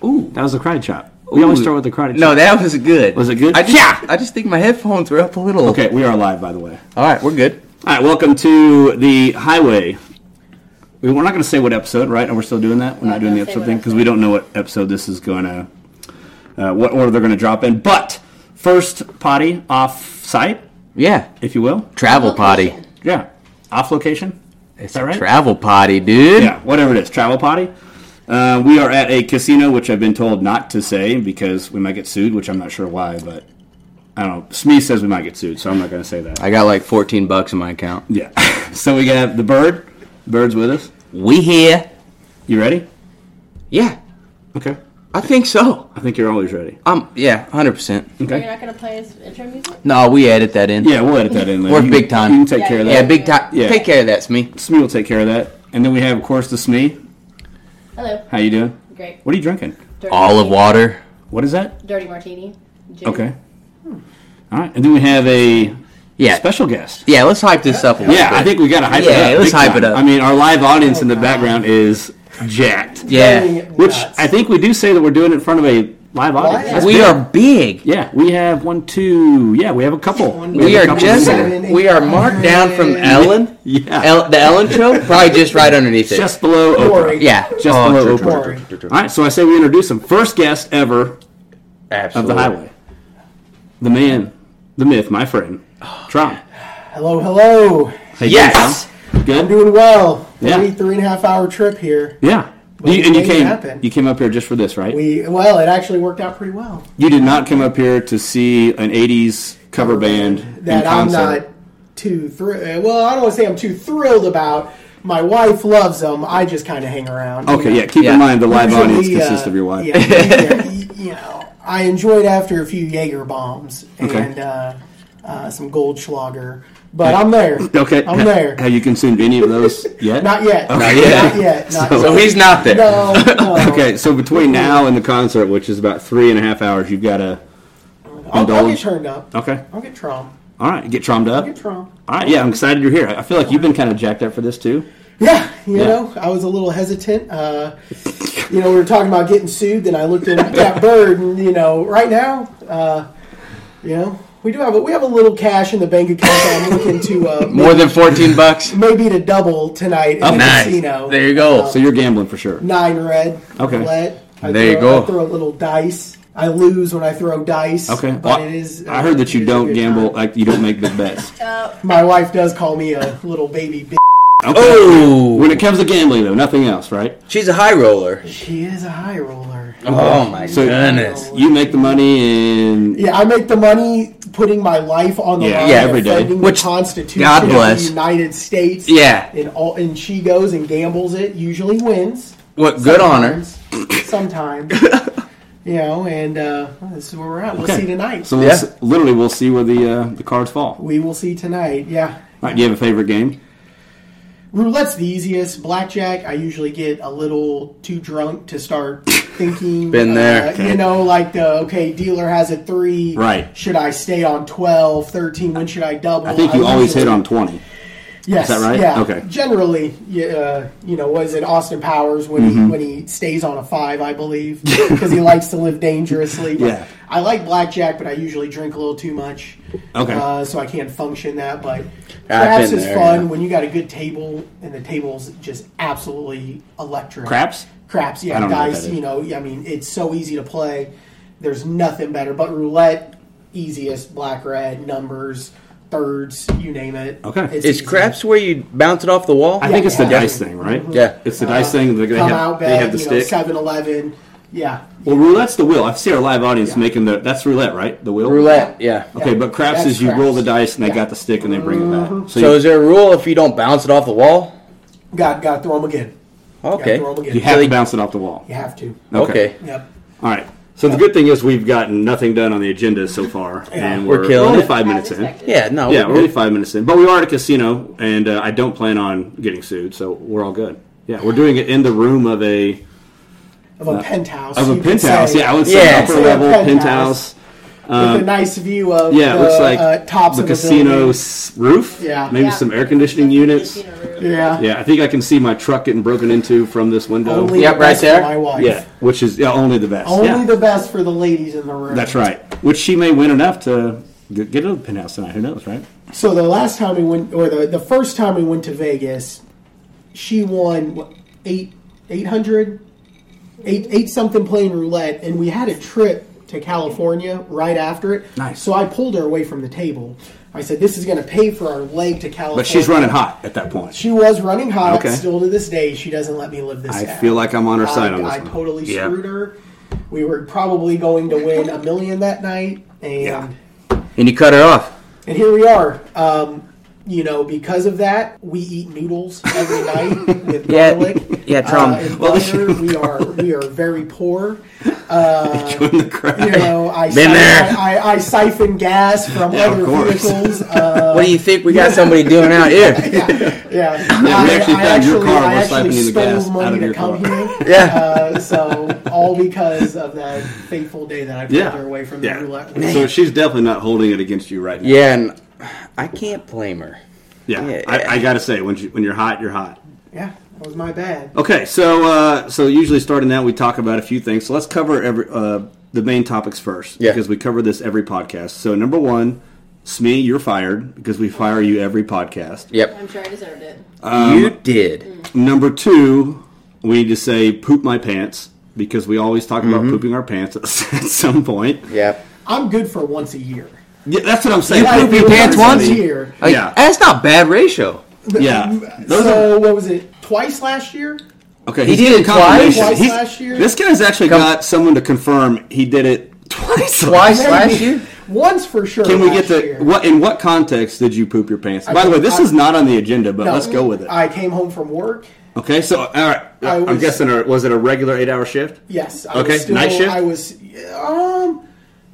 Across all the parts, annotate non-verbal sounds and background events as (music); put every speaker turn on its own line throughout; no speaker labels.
the karate chop? We always
Ooh.
start with the karate chop.
No, that was good.
Was it good?
I just, yeah, I just think my headphones were up a little.
Okay, we are live, by the way.
All right, we're good.
All right, welcome to the highway. We, we're not going to say what episode, right? And we're still doing that. We're not doing the
gonna say
episode
what
thing because we
episode.
don't know what episode this is going to, uh, what order they're going to drop in. But first potty off site,
Yeah,
if you will.
travel potty.
Location.
Yeah, off location. Is that right?
Travel potty, dude. (laughs)
yeah, whatever it is, travel potty. Uh, we are at a casino, which I've been told not to say because we might get sued, which I'm not sure why, but I don't know. Smee says we might get sued, so I'm not going to say that.
I got like 14 bucks in my account.
yeah. (laughs) so we got the bird. Bird's with us.
We here.
You ready?
Yeah,
Okay.
I think so.
I think you're always ready.
Um, yeah, 100%.
You're
Okay.
not gonna play his intro music?
No, we edit that in.
Yeah, we'll edit that in later.
We're
You-
big time.
You can take
Yeah,
care of that.
Yeah, big time.
Yeah.
Take care of that, Smee.
Smee will take care of that. And then we have, of course, the Smee.
Hello.
How you doing?
Great.
What are you drinking?
Dirty
Olive
martini.
water.
What is that?
Dirty martini. Gin.
Okay. All right. And then we have a
Yeah.
special guest.
Yeah, let's hype this up a little
Yeah,
bit.
I think we gotta hype it
Yeah,
up.
let's
big
hype
time.
it up.
I mean, our live audience in the background is jacked.
Eh,
Yeah.
Which I think we do say that we're doing it in front of a live audience. That's
We
big.
are big.
Yeah, we have one, two. Yeah, we have a couple.
We
have a
are
couple
just
there.
we are marked down from Ellen.
Yeah.
El, the Ellen show, probably just right underneath it.
just below Oprah.
Corey.
yeah,
Just below Oprah. All right, so I say we introduce him. First guest ever of
Absolutely.
the highway, the man, the myth, my friend, Trump.
Hello, hello.
Hey,
Yes!
I'm
Good.
doing well.
Yeah.
Three, three and a half hour trip here.
Yeah.
Well,
you, and you
things
came.
happen.
You came up here just for this, right?
We well, it actually worked out pretty well.
You did not come up here to see an '80s cover band in
That I'm
concert.
not too thrilled. Well, I don't want to say I'm too thrilled about. My wife loves them. I just kind of hang around.
okay, yeah. Keep
Yeah.
in mind the live
Usually,
audience
uh,
consists of your wife.
Yeah, yeah, y- you know, I enjoyed after a few Jaeger bombs and
Okay.
uh, uh, some Goldschlager, but I'm there.
(laughs) Okay,
I'm
ha-
there.
Have you consumed any of
(laughs)
those yet?
Not yet.
Okay.
Not
yet.
yet.
(laughs)
Not
So-
So
yet.
he's not there.
(laughs)
No, no.
Okay, so between now and the concert, which is about three and a half hours, you've got to
I'll, I'll get
indulge.
turned up.
Okay,
I'll get Trump.
all right, get trommed up.
I'll get Trump.
All right, yeah, I'm excited you're here. I I feel like you've been kind of jacked up for this too.
Yeah, you
Yeah.
know, I was a little hesitant. Uh, you know, we were talking about getting sued, then I looked at
(laughs)
that bird, and you know, right now, uh, you know, we do have a, we have a little cash in the bank account. that I'm looking
(laughs)
to uh,
More than fourteen bucks.
maybe to double tonight in
Oh,
the casino.
There you go.
So you're gambling for sure.
Nine red.
Okay.
roulette. I
There you
throw,
go.
I throw a little dice. I lose when I throw dice.
Okay,
but
Well,
it is.
I heard that you
it's a
don't
good
gamble,
time.
like you don't
(laughs)
make big bets.
Uh,
My wife does call me a little baby bitch.
Okay. When
oh,
it comes to gambling, though, nothing else, right?
she's a high roller.
She is a high roller.
Oh my
So-
goodness.
You make the money and
Yeah, I make the money putting my life on the
Yeah,
line,
yeah, every day.
defending
Which-
the Constitution
God
of
bless.
the United States.
Yeah.
and all and she goes and gambles it. Usually wins.
What good honor.
Sometimes. Sometimes, you know, and uh, this is where we're at. We'll
Okay.
see tonight.
So we'll
Yeah.
s- literally, we'll see where the uh, the cards fall.
we will see tonight. Yeah,
All right, do you have a favorite game?
roulette's the easiest. Blackjack, I usually get a little too drunk to start
(laughs)
thinking.
Been there.
Uh, You know, like the okay, dealer has a three.
Right.
Should I stay on 12, 13? When should I double?
I think you always hit
usually-
on twenty.
Yes.
Is that right?
Yeah.
Okay.
Generally, you, uh, you know, was it Austin Powers when
Mm-hmm.
he when he stays on a five, I believe, (laughs) because he likes to live dangerously. But
Yeah.
I like blackjack, but I usually drink a little too much.
Okay.
Uh, so I can't function that, but craps
been
is
there,
fun
yeah.
when you got a good table and the table's just absolutely electric.
Craps?
Craps.
I
Yeah.
don't know what
dice.
that is.
you know. I mean, it's so easy to play. There's nothing better, but roulette. Easiest black red numbers thirds you name it
Okay.
Is
easy.
craps where you bounce it off the wall?
I think it's the
yeah.
dice thing, right?
Yeah.
It's the dice thing. They, they,
come
have,
out
they have the
bad, you know,
stick.
7 Eleven. Yeah.
Well, roulette's the wheel. I see our live audience making the. That's roulette, right? The wheel.
Roulette. Yeah.
Okay, but craps
That's
is you roll
craps. Mm-hmm.
the dice and they
Yeah.
got the stick and they bring it back. So,
So
you,
is there a rule if you don't bounce it off the wall?
Got, got to throw them again. Got
Okay.
to throw them again.
you have to bounce it off the wall.
You have to.
Okay.
Yep.
All right. So the good thing is we've gotten nothing done on the agenda so far, and we're,
We're killing
only
it.
five
as
minutes in.
expected.
Yeah. No.
Yeah,
we're
we're only
good.
five minutes in, but we are at a casino, and uh, I don't plan on getting sued, so we're all good. Yeah, we're doing it in the room of a
Of a penthouse.
of
you
a
could
Uh, penthouse.
say.
Yeah, I would say
Yeah.
upper
Say a
level penthouse.
penthouse. with a nice view of
Yeah,
the
it looks like
uh, tops
the
of
casino
building.
s- roof.
Yeah.
Maybe
Yeah.
some air conditioning units.
Casino room.
Yeah.
Yeah, I think I can see my truck getting broken into from this window.
Only
Yep,
the
right
best
there.
For my wife.
yeah, which is yeah, only the best.
Only
yeah.
the best for the ladies in the room.
That's right. Which she may win enough to get, get a penthouse tonight. Who knows, right?
So the last time we went, or the, the first time we went to Vegas, she won what, eight eight hundred, eight eight something playing roulette, and we had a trip to California right after it.
Nice.
So I pulled her away from the table. I said, "This is going to pay for our leg to California."
But she's running hot at that point.
She was running hot.
Okay.
Still to this day, she doesn't let me live this.
I
down.
feel like I'm on her
I-
side on this
I
one.
totally
Yeah.
screwed her. We were probably going to win a million that night, and.
Yeah.
And you cut her off.
And here we are. Um, you know, because of that, we eat noodles
(laughs)
every night with
Yeah,
garlic.
yeah, Trump.
Uh, and
Well, (laughs)
butter. we are we are very poor. Uh,
Join the crowd.
You know, I
Been
siphon,
there.
I, I, I siphon gas from other
course. (laughs)
vehicles. Uh,
What do you think we got somebody doing out here?
yeah,
we
I,
actually
I
found your
actually,
car
I
was siphoning
actually
the
stole
gas
money
out of
to
your
come
car. (laughs)
here.
Yeah.
Uh, so all because of that fateful day that I pulled
Yeah.
her away from
Yeah.
the roulette.
So she's definitely not holding it against you right now.
Yeah, and I can't blame her.
Yeah.
Yeah.
I, I gotta say, when you, when you're hot, you're hot.
yeah, that was my bad.
Okay, so uh, so usually starting out, we talk about a few things. So let's cover every uh, the main topics first,
Yeah.
because we cover this every podcast. So number one, Smee, you're fired because we fire you every podcast.
Yep.
I'm sure I deserved it.
you did.
Number two, we need to say poop my pants because we always talk
Mm-hmm.
about pooping our pants at, (laughs) some point.
Yep.
I'm good for once a year.
Yeah, that's what I'm saying.
gotta
Poop
poop
your
your
pants
pants
once.
once a year.
Like,
Yeah.
That's not bad ratio.
Yeah. Those are-
so what was it? Twice last year?
okay,
He
he's
did
getting
it twice?
confirmation.
Twice
He's-
last year?
This guy's actually
Come-
got someone to confirm he did it twice.
Twice last
Maybe.
year?
Once for sure.
Can we
last
get to
year.
what? In what context did you poop your pants? By the way, this
I-
is not on the agenda, but
No,
let's go with it.
I came home from work.
okay, so all right,
I
I'm
was-
guessing uh, was it a regular eight-hour shift?
Yes. I
Okay,
Was still,
night shift?
I was um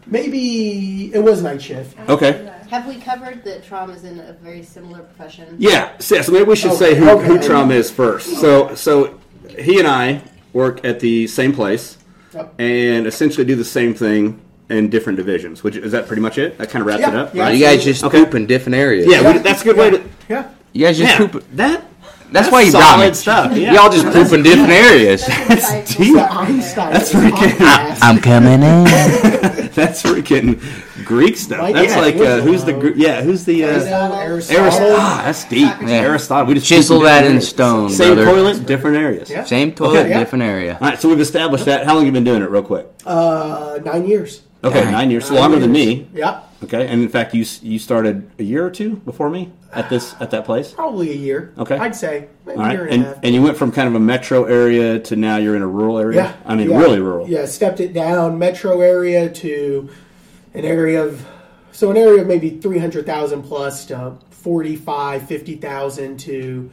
maybe it was night shift.
Okay.
Have we covered that trauma is in a very similar profession?
(laughs) Yeah, so, so maybe we should say
Okay,
who,
okay,
who
okay.
Trum is first. So, so he and I work at the same place
Yep.
and essentially do the same thing in different divisions. Which is that pretty much it? That kind of wraps it
Yeah,
up,
yeah.
right?
You guys just
Okay.
poop in different areas.
Yeah, we, that's a good way to.
Yeah.
You guys just
Yeah,
poop.
that.
That's, why you brought
solid
me.
stuff. Yeah.
Y'all just poop in different areas.
(laughs)
That's
(laughs)
deep.
The Einstein.
That's pretty good.
podcast.
(laughs)
I'm coming in.
(laughs) That's freaking Greek stuff.
Mike
that's
yeah,
like uh, who's the
Winslow.
Gr- yeah who's the uh,
Aristotle,
Aristotle?
Aristotle.
Ah, that's deep.
Yeah.
Aristotle. We just
Chisel
keep it
that
different
in
areas.
stone,
Same
brother.
toilet, different areas.
Yeah.
Same toilet,
Okay.
different area.
All right, so we've established that. How long you been doing it, real quick?
Uh, nine years.
Okay, nine years. So longer than me.
Yeah.
Okay, and in fact, you s- you started a year or two before me at this at that place.
Probably a year.
Okay.
I'd say maybe
All
a
right,
year and,
and
a half.
and you went from kind of a metro area to now you're in a rural area.
Yeah.
I mean,
yeah.
really rural.
Yeah, stepped it down, metro area to an area of, so an area of maybe 300,000 plus to 45, 50,000 to,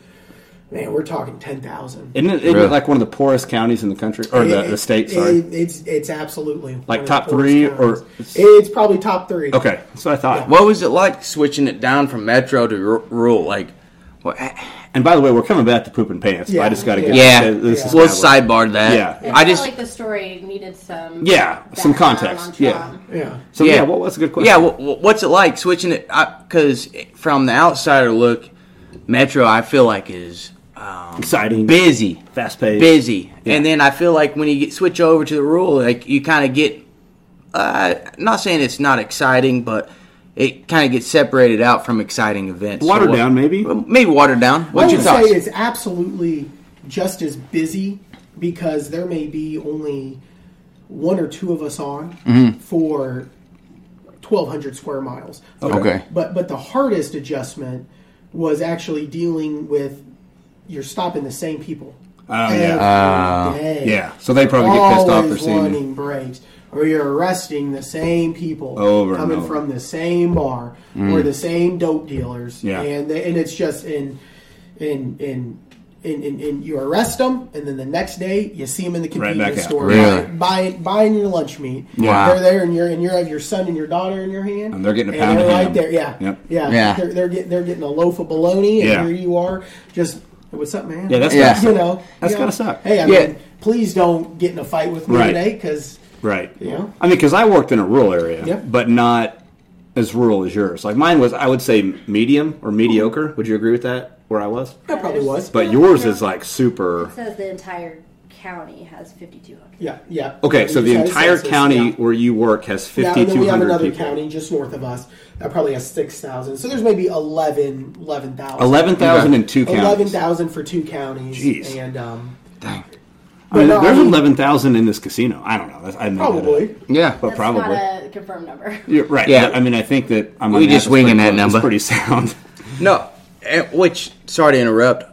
man, we're talking 10,000.
Isn't it, isn't
Really?
it like one of the poorest counties in the country or the, the state?
It-
Sorry.
it- it's, it's absolutely. one
Like
of the
top
poorest
three or-
counties. It's probably top three.
okay, that's what I thought.
What was it like switching it down from metro to r- rural? Like, what?
And by the way, we're coming back to pooping pants. but I
Yeah.
just got to get
Yeah,
This is
we'll
established.
sidebar that.
Yeah.
I
felt
just
like the story needed some.
Yeah, some
background
context,
on
yeah.
trauma.
Yeah.
So yeah,
Yeah.
what was a good question?
yeah. wh- wh- what's it like switching it? Because from the outsider look, metro I feel like is um,
exciting,
busy,
fast paced,
busy,
Yeah.
and then I feel like when you get, switch over to the rural, like you kind of get. Uh, not saying it's not exciting, but it kind of gets separated out from exciting events. So uh, um,
watered
what-
down maybe.
Maybe watered down. What's
I
your
would
thoughts?
say it's absolutely just as busy because there may be only one or two of us on
Mm-hmm.
for 1,200 square miles.
Okay.
But but the hardest adjustment was actually dealing with you're stopping the same people.
Oh,
every
yeah.
Uh,
day.
Yeah, so they probably get pissed off for
Always
seeing you.
wanting breaks, or you're arresting the same people
Over and
coming
over. Mm.
from the same bar or the same dope dealers.
Yeah.
and they, and it's just in in in. And, and, and you arrest them, and then the next day you see them in the
Right
convenience
back out.
store
Really?
buying, buying your lunch meat.
Wow.
They're there, and you're and you have your son and your daughter in your hand,
And they're getting a pound
they're
of
right
ham.
there. Yeah,
Yep.
yeah,
Yeah.
They're, they're getting they're getting a loaf of bologna, and
Yeah.
here you are, just what's up, man?
Yeah, that's
Yeah.
yeah.
you know,
That's
you
gotta
know,
suck.
Hey, I
Yeah.
mean, please don't get in a fight with me
Right.
today because
Right.
You know?
I mean, because I worked in a rural area,
Yep.
but not as rural as yours. Like mine was, I would say medium or mediocre. Would you agree with that? Where I was,
That probably was.
but yours is like super.
Says the entire county has 5,200.
Yeah, yeah.
Okay, so the
Yeah, it's
entire
census,
county
yeah.
where you work has
Yeah, and then
fifty-two
we have
hundred
another
people.
county just north of us that probably has 6,000. So there's maybe 11 11,000.
Eleven thousand in two counties.
11,000 for two counties.
Jeez.
And, um,
Dang.
I mean,
But no,
there's
I mean-
eleven thousand in this casino. I don't know. That's, I made that up.
probably.
Yeah.
but
That's
probably.
not a
(laughs)
confirmed number. (laughs)
You're right.
Yeah.
I mean, I think that I'm
We just winging that number.
It's pretty
(laughs)
sound.
No, eh, which sorry to interrupt.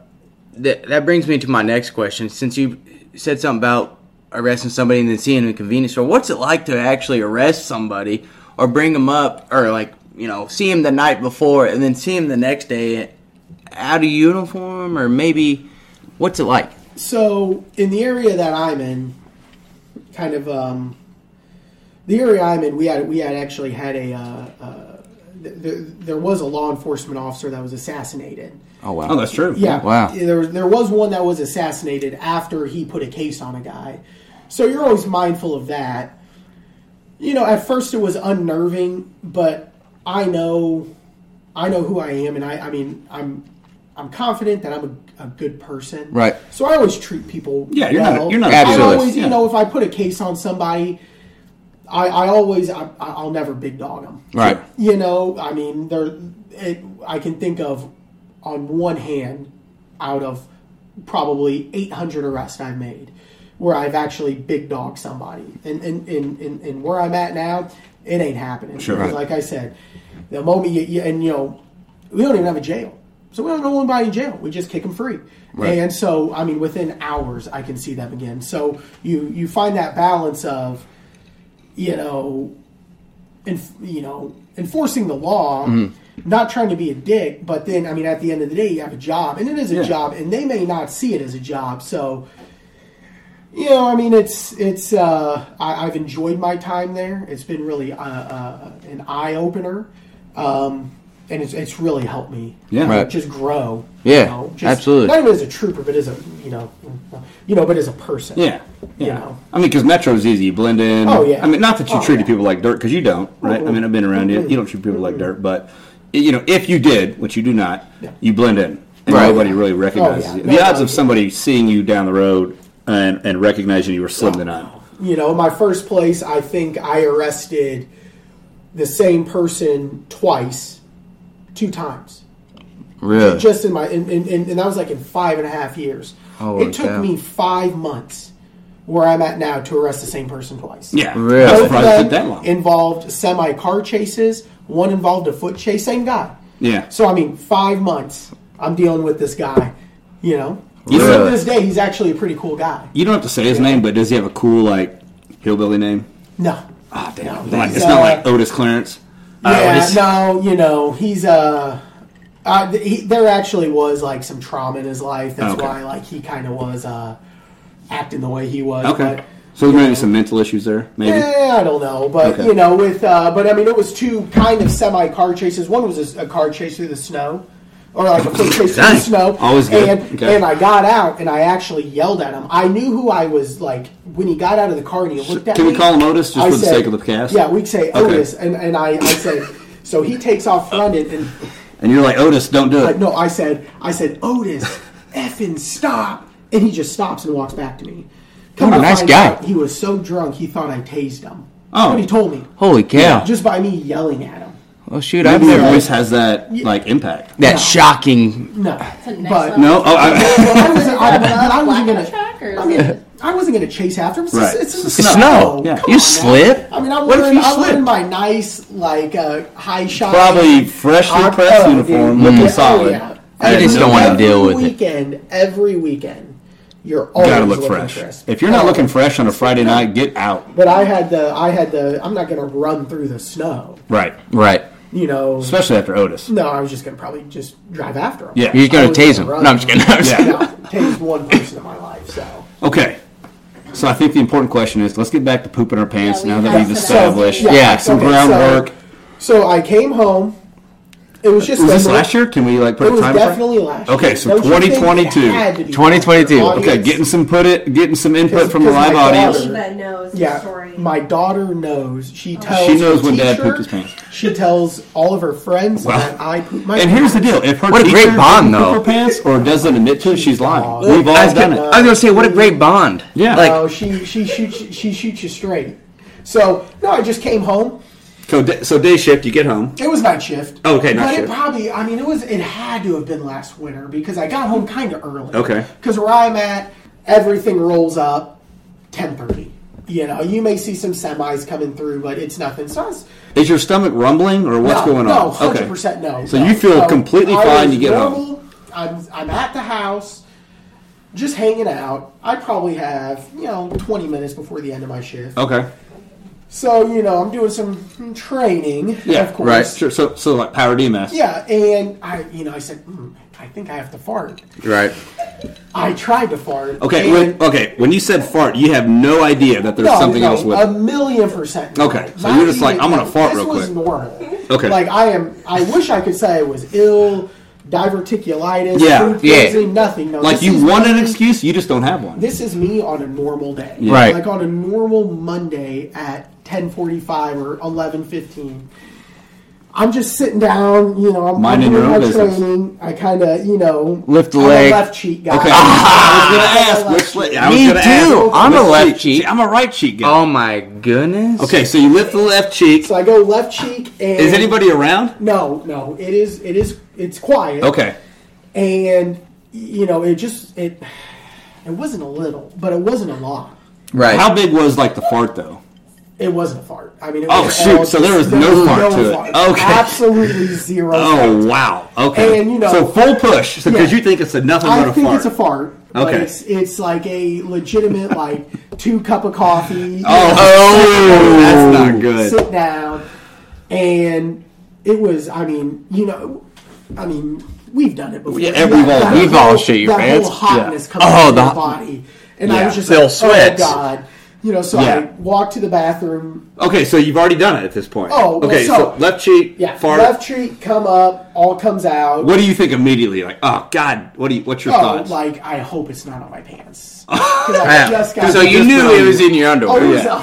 That that brings me to my next question. Since you said something about arresting somebody and then seeing them in a convenience store, what's it like to actually arrest somebody or bring them up or like you know see him the night before and then see him the next day out of uniform or maybe what's it like?
So in the area that I'm in, kind of um, the area I'm in, we had we had actually had a uh, uh, th- th- there was a law enforcement officer that was assassinated.
Oh wow,
Oh, that's true.
Yeah.
Wow.
There was there was one that was assassinated after he put a case on a guy. So you're always mindful of that. You know, at first it was unnerving, but I know I know who I am and I I mean I'm I'm confident that I'm a, a good person.
Right.
So I always treat people
Yeah, you're
well.
not. You're not.
Absolutely.
I always,
Yeah.
you know, if I put a case on somebody, I, I always, I, I'll never big dog them.
right?
You know, I mean, there, it, I can think of on one hand out of probably 800 arrests I've made where I've actually big dogged somebody. And, and, and, and, and where I'm at now, it ain't happening.
Sure.
Because like I said, the moment you, you, and you know, we don't even have a jail. So we don't know anybody in jail. We just kick them free.
Right.
And so, I mean, within hours, I can see them again. So you, you find that balance of, you know, and you know enforcing the law
Mm-hmm.
not trying to be a dick but then i mean at the end of the day you have a job and it is a
Yeah.
job and they may not see it as a job so you know i mean it's it's uh, I, i've enjoyed my time there it's been really uh, uh, an eye-opener um, and it's, it's really helped me
Yeah. Right.
just grow
Yeah,
you know, just,
absolutely.
not even as a trooper but as a you know you know but as a person
Yeah. Yeah.
You know.
I mean, because Metro's easy. You blend in.
Oh, yeah.
I mean, not that you
Oh,
treated
yeah. Mm-hmm.
people like dirt, because you don't, right? I mean, I've been around you. You don't treat people like dirt, but y- you know, if you did, which you do not,
Yeah. Oh,
you blend in, and
Right.
nobody really recognizes
yeah.
you.
No,
The odds
no,
of
yeah.
somebody seeing you down the road and, and recognizing you were slim to none.
You know, my first place, I think I arrested the same person twice, two times,
Really?
just in my, and, and, and that was like in five and a half years.
Holy
it took
cow.
me five months where I'm at now to arrest the same person twice.
Yeah,
Really?
I'm
Both of
surprised it took that
them
long.
involved semi car chases. One involved a foot chase. Same guy.
yeah,
So I mean, five months I'm dealing with this guy. You know,
You
Still
know-
to this day, he's actually a pretty cool guy.
you don't have to say his name, but does he have a cool like hillbilly name?
No,
Ah, damn,
No,
Like, it's
that's,
not
uh,
like Otis Clarence. Uh,
Yeah,
Otis.
no, you know, he's uh, uh th- he, there actually was like some trauma in his life. That's
Okay.
why like he kind of was uh acting the way he was.
Okay,
But,
so there's maybe some mental issues there. Maybe.
yeah, I don't know, but
Okay.
you know, with uh, but I mean, it was two kind of semi car chases. One was a, a car chase through the snow, or like a foot chase through the
Dang.
snow.
Always good.
And,
Okay.
and I got out and I actually yelled at him. I knew who I was. Like when he got out of the car and he looked at
Can
me.
we call him Otis just
I
for the
said-
sake of the cast?
Yeah, we say
Okay.
Otis, and and I, I said. So he takes
(laughs)
off running, and
And you're like Otis, don't do
like,
it.
no, I said, I said, Otis, effing stop, and he just stops and walks back to me. Come
What a
to
nice
find
guy.
out, he was so drunk he thought I tased him.
Oh.
but he told me
Holy cow!
just by me yelling at him.
oh shoot, I've
Maybe
never
their voice
that
has that like impact.
No.
shocking.
No,
next
but
level.
No, oh, I,
but I wasn't. I, but I wasn't
Black on the
gonna.
track, or is
I mean,
it-
I wasn't gonna chase after him. It's,
Right.
it's,
It's
the snow.
snow.
Yeah.
Come
You
on now.
slip.
I mean, I'm
What if
wearing,
you
I'm wearing
slip?
my nice like uh, high shot.
probably freshly
Hot
pressed
tub,
uniform,
dude.
looking
Yeah.
solid.
Oh, yeah.
I
You
didn't
just
know
don't wanna
that.
Every
deal with it.
weekend, it. Every weekend, you're always
Gotta look
looking
fresh.
crisp.
If you're not
Oh,
looking fresh on a Friday night, get out.
But I had the I had the I'm not gonna run through the snow.
Right,
Right.
You know
especially after Otis.
No, I was just gonna probably just drive after him.
Yeah.
You're gonna
I was
tase him. No,
gonna run.
I'm just
(laughs)
kidding. (laughs) I'm just
Yeah.
You know, tased one person in my life, so
Okay, so I think the important question is: let's get back to pooping our pants
Yeah, we
now that
have
we've
to-
established
Yeah, some
some
so-
groundwork.
So, I came home It was just
Was
a
this
mo-
last year? Can we like put
It
a
was
time frame?
definitely last.
Okay,
year.
so
Don't you think it
2022.
had to be
2022.
last year?
Okay, getting some put it, getting some input
Because-
from the
because
live
my daughter-
audience.
Sure.
Eva knows the
Yeah,
story. Oh.
my daughter knows. She tells.
She knows
her
when Dad
teacher,
pooped his pants.
She tells all of her friends
Well,
that I pooped my.
And here's the deal: if her
What a
teacher
great bond,
doesn't poop
though.
her pants or doesn't admit to it, she's lying.
Look,
We've all
I was,
done
gonna,
it.
I was gonna say, what a great bond.
Yeah.
Like,
No, Oh, she she shoots she shoots you straight. So no, I just came home.
So, da- so day shift, you get home.
It was night shift.
Oh, Okay, night
but
shift.
it probably I mean it was it had to have been last winter because I got home kind of early.
Okay.
Because where I'm at, everything rolls up ten thirty. You know, you may see some semis coming through, but it's nothing. So I was,
Is your stomach rumbling or what's
no,
going
No,
on?
hundred percent no.
So
no.
you feel
No,
completely
I
fine.
was
You get home.
normal. I'm I'm at the house, just hanging out. I probably have you know twenty minutes before the end of my shift.
Okay.
So you know, I'm doing some training.
Yeah.
of course.
Right. Sure. So, so like power DMS.
Yeah, and I, you know, I said, mm, I think I have to fart.
right.
I tried to fart.
Okay.
and-
When, okay. When you said fart, you have no idea that there's
No,
something
no, um,
else with
a
it.
million percent.
Okay, so you're just like, I'm gonna fart
this
real
was
quick.
normal.
Okay.
like I am. I wish I could say I was ill, diverticulitis.
Yeah,
food
yeah.
poisoning, nothing. No,
Like
this
you
is
want an
me-
excuse, you just don't have one.
This is me on a normal day,
Right.
Like on a normal Monday at 10:45 or 11:15. I'm just sitting down, you know. I'm, I'm
Minding
doing
your own
my
business.
training. I kind of, you know,
Lift the
I'm a
leg.
left cheek guy.
Okay. (laughs) I was gonna ask which. Leg. I was
Me
gonna ask
too.
which
I'm a left cheek.
See, I'm a right cheek guy.
Oh my goodness.
Okay. So you lift the left cheek.
So I go left cheek and
Is anybody around?
No, no. It is. It is. It's quiet.
Okay.
And you know, it just it. It wasn't a little, but it wasn't a lot.
Right.
How big was like the fart though?
It wasn't a fart. I mean, it
Oh,
was
shoot,
all
so there was
just-
no fart to it. Okay.
absolutely zero. fart.
Oh wow. Okay.
And, you know-
so full push. So because
Yeah.
you think it's a nothing but
I
a
think
fart.
it's a fart. but
Okay.
it's, it's like a legitimate like two cup
(laughs)
of coffee.
Oh, that's not good.
sit down and it was i mean you know i mean we've done it before
Yeah, and we've all-
we've all
whole-
shit your
that
pants.
whole hotness
Yeah.
coming
Oh,
out of
the-
your body and i
Yeah.
was just
They'll
like
sweat.
oh god you know so
Yeah.
i walked to the bathroom
Okay, so you've already done it at this point.
Oh, well,
okay. So,
so-
left cheek,
yeah
fart.
left cheek come up all comes out
What do you think immediately? Like, oh God, what do you? What's your
oh,
thoughts?
like i hope it's not on my
(laughs)
pants 'Cause I just got
so you knew it was in your
oh, it
underwear.
was
yeah. (laughs)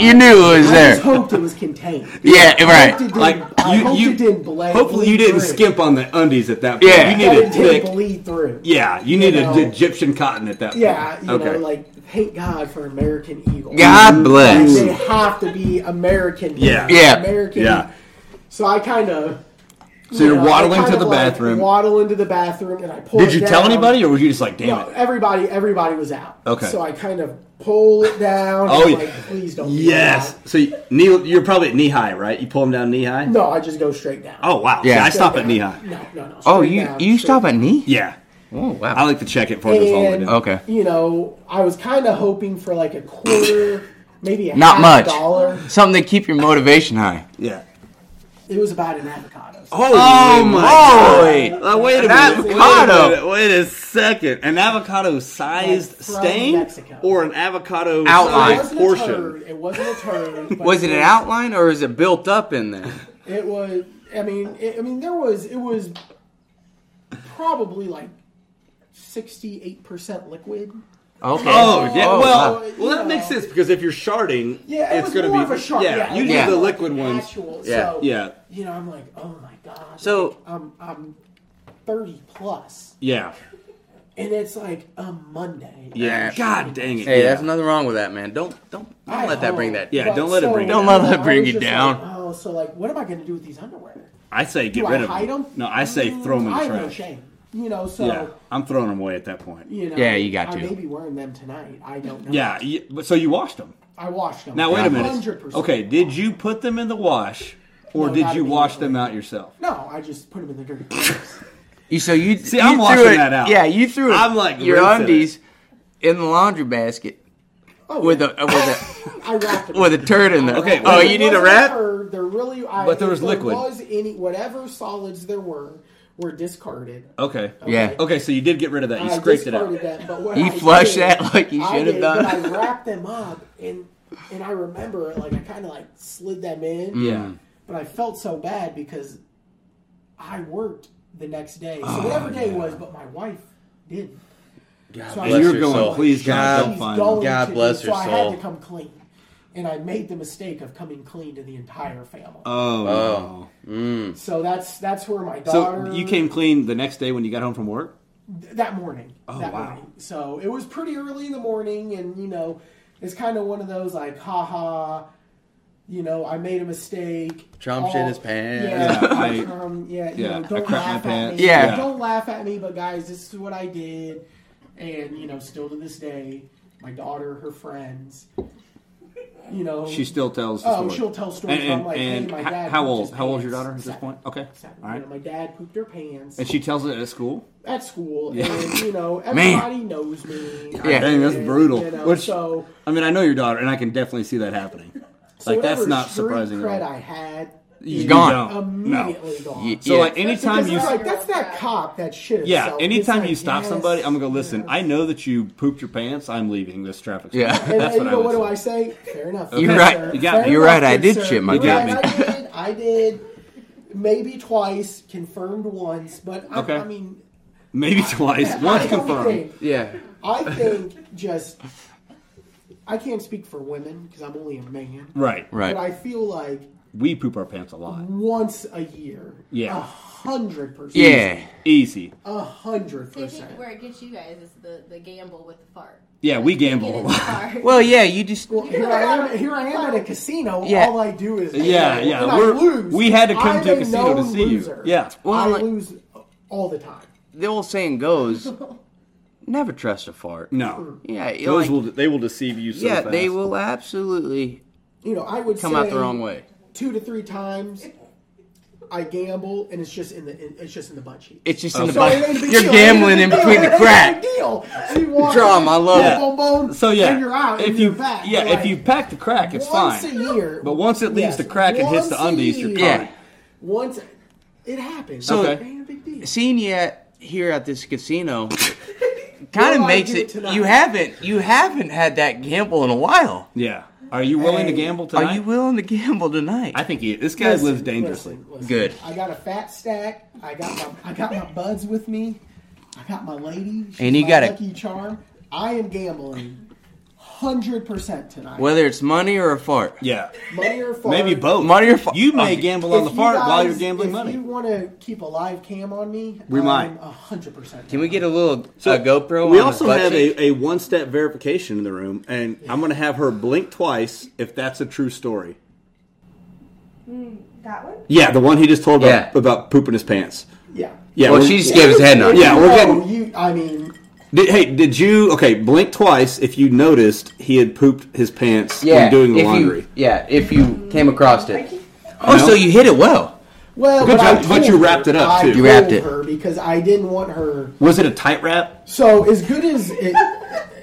(laughs) You knew it was
I just
there.
hoped it was contained.
Yeah,
I
right.
hoped it didn't-
like
I hoped it didn't bla-
hopefully you
bleed
didn't
through.
skimp on the undies at that point.
Yeah.
you
that
needed
it didn't
thick.
bleed through.
Yeah, you needed
know.
Egyptian cotton at that
Yeah,
point.
you know, like thank God for American Eagle.
God
Like,
bless.
they have to be American.
Yeah.
Yeah.
American.
Yeah.
So I kind of.
So you're waddling to the bathroom.
waddle into the bathroom, and I pull.
Did
it
you tell
down.
anybody, or were you just like, damn
No,
it?
everybody, everybody was out.
Okay.
So I kind of pull it down.
Oh,
I'm
yeah.
like, please don't. be
Yes. So you, knee, you're probably at knee high, right? You pull them down knee high.
loud. No, I just go straight down.
Oh wow.
Yeah.
Yeah. I stop at
down.
knee high.
No, no, no.
Oh,
straight
you
down,
you
straight
stop at knee?
Yeah.
Oh wow.
I like to check it for this all
And-
the
Okay.
you know, I was kind of hoping for like a quarter, maybe a
Not
half
much.
dollar.
Something to keep your motivation high.
Yeah.
It was about an avocado. So
Holy
Oh, my
moly.
God.
Uh, wait a
An
minute. Wait a
avocado.
minute. Wait a second. An avocado sized
Like from
stain
Mexico.
or an avocado
Outline.
sized
it wasn't a
portion?
turd. It wasn't a
(laughs)
turd. but
Was it an outline or is it built up in there?
It was. I mean, it, I mean, there was. It was probably like sixty-eight percent liquid.
(laughs) Okay.
Oh yeah.
Oh,
well,
wow.
well, that makes sense because if you're sharding,
Yeah, it
it's
was
going to
more
be
of a shark.
Yeah,
yeah
you
it
do the
wasn't like
liquid
an
ones.
Actual,
Yeah,
so,
yeah.
You know, I'm like, oh my god.
So-
like, I'm I'm thirty plus,
Yeah,
and it's like a Monday.
yeah. God dang it.
Hey,
yeah.
there's nothing wrong with that, man. Don't don't,
I
don't let that bring
hope.
that.
Yeah,
But
don't let it bring it
Don't let
you know,
that
I
bring
was
you
just
down.
like, oh, so like, what am I going to do with these underwear?
I say get
Do
rid
I
of
hide them?
No, I say throw them in the
I have no
trash.
shame. You know, so
Yeah, I'm throwing them away at that point.
you know.
Yeah, you got
I
to.
may be wearing them tonight. I don't know.
Yeah, you- but so you washed them.
I washed them.
Now wait a minute.
100%.
Okay, did you put them in the wash, or
No,
did
not
you wash them
immediately.
out yourself?
No, I just put them in
(laughs)
the dirty. clothes.
You so you
See,
you
I'm
threw
washing
it-
that out.
Yeah, you threw it.
I'm like
your
rinsing
undies in the laundry basket
Oh,
with
yeah.
a uh, with
I wrapped
a (laughs)
them.
with a turd in there.
(laughs) Okay,
Oh,
wait.
you need a
Wasn't
wrap?
for- There really, I,
But there
if
was liquid.
Was any whatever solids there were were discarded.
Okay.
Yeah.
Okay, so you did get rid of that. You
I
scraped it out.
discarded them, but what
You
I
flushed
did-
that like you
I
should have
did, but I
done.
wrapped them up and and I
Mm.
remember like I kind of like slid them in.
Yeah.
But I felt so bad because I worked the next day. So whatever day was, but my wife didn't.
God
So
bless
I- And
you're
her
going,
soul.
please, God,
Oh, God,
don't find
She's going
God
to be-
bless her
So I had
soul.
to come clean. And I made the mistake of coming clean to the entire family.
Oh,
Oh.
so that's that's where my
no.
daughter
So you came clean the next day when you got home from work?
that morning.
Oh,
that
wow.
morning. So it was pretty early in the morning, and you know, it's kind of one of those like, haha, you know, I made a mistake.
Trump
All-
shit his pants.
Yeah,
Yeah, I-
um, yeah, you
yeah,
know,
I
don't
crapped my
laugh at
pants.
me.
Yeah.
Like, don't laugh at me. But guys, this is what I did, and you know, still to this day, my daughter, her friends, you know,
She still tells the
Oh,
story.
she'll tell stories.
And, and,
I'm like, hey,
and
my
ho-
dad
how
pooped
old?
his
How old is your
pants.
daughter at this
Seven.
point? Okay,
Except,
all
you
right.
know, my dad pooped her pants
And she tells it at school.
at school,
Yeah.
and
(laughs)
you know
Man.
everybody knows me.
Yeah.
Dang, that's
And,
brutal.
You know,
Which-
so,
I mean, I know your daughter, and I can definitely see that happening.
so
like that's
whatever
not
street
surprising.
Cred
At all.
I had
You
is
gone.
don't. No.
immediately gone.
Ye-
So
Yeah.
like anytime
Because
you
it's like that's that cop that shit.
Yeah, anytime you stop somebody, I'm gonna go listen. I know that you pooped your pants. I'm leaving this traffic. stop."
Yeah.
And,
that's what,
and you know
I would
what do
say.
I say? Fair enough.
You're
Fair
right.
sir.
You got
Fair
me.
You're
enough,
right, I
good
did
sir.
shit my
You're
pants.
right, I did. I did. Maybe twice, confirmed once, but I,
Okay.
I mean,
Maybe
(laughs)
twice. Once
I don't
confirmed.
think-
Yeah.
I think just I can't speak for women because I'm only a man.
Right.
But
Right.
I feel like
We poop our pants a lot.
once a year,
Yeah.
a hundred percent,
Yeah.
Easy.
a hundred
See, I think
percent.
where it gets you guys is the, the gamble with the fart.
Yeah, we
Get
gamble a
in the
lot. (laughs)
fart. (laughs)
Well, yeah, you just.
Well, here I am. Here I am at a casino.
Yeah.
All I do is
Yeah, yeah.
And I
We're,
lose.
We had to come
I'm
to a casino to
known
see
loser.
you. Yeah.
Well,
I
like-
lose all the time.
The old saying
(laughs)
goes, never trust a fart.
No.
Yeah. you
Those
like-
will they will deceive you so
yeah,
fast.
they will absolutely
You know, I would
come
say
out the wrong way.
two to three times. I gamble, and it's just in the it's just in the butt sheet.
It's just in the
Okay.
So
butt.
it ain't a big
You're
deal.
gambling
It
in
ain't a big
between the
deal. It ain't a
crack.
big deal. So you walk
Drama, I
in,
love
boom,
it.
boom, boom,
So yeah.
and you're out.
If
and
you
you're back.
yeah,
Like,
if you pack the crack, it's
once
fine.
a year,
But once it leaves
yes,
the crack and hits the
once a
undies, you're
year,
caught.
Yeah.
Once it happens,
So-
so it ain't a big deal.
Seeing you at, here at this
(laughs)
casino kind
Will
of
I
makes
do
it.
it tonight?
You haven't. You haven't had that gamble in a while.
Yeah. Are you willing to
Hey.
gamble tonight?
Are you willing to gamble tonight?
I think he, this guy
Listen,
lives dangerously.
listen, listen.
Good.
I got a fat stack. I got my I got my buds with me. I got my lady. She's
And you
my
got a-
lucky charm. I am gambling, hundred percent tonight.
Whether it's money or a fart.
Yeah.
Money or fart.
Maybe both.
Money or fu-
You may
Oh.
gamble on
If
the
you
fart while
guys-
you're gambling
if
money.
you want to keep a live cam on me,
We might.
hundred percent.
Can we get a little uh, GoPro?
We
on
also
the butt
have
cheek?
a, a one step verification in the room, and I'm going to have her blink twice if that's a true story.
Hmm, That one?
Yeah, the one he just told
Yeah.
about, about pooping his pants.
Yeah.
Yeah,
Well,
we're-
she just gave us a head nod.
Yeah, we're
No,
Oh.
getting-
You, I mean,
Did, hey, did you? Okay, blink twice if you noticed he had pooped his pants when doing the
if you-
laundry.
yeah, if you came across it. Oh, so you hit it well.
well,
Good
but, I
job, but
told
you
her-
wrapped it up,
I
too.
You wrapped
told
it.
her because I didn't want her.
Was it a tight wrap?
So as good as it,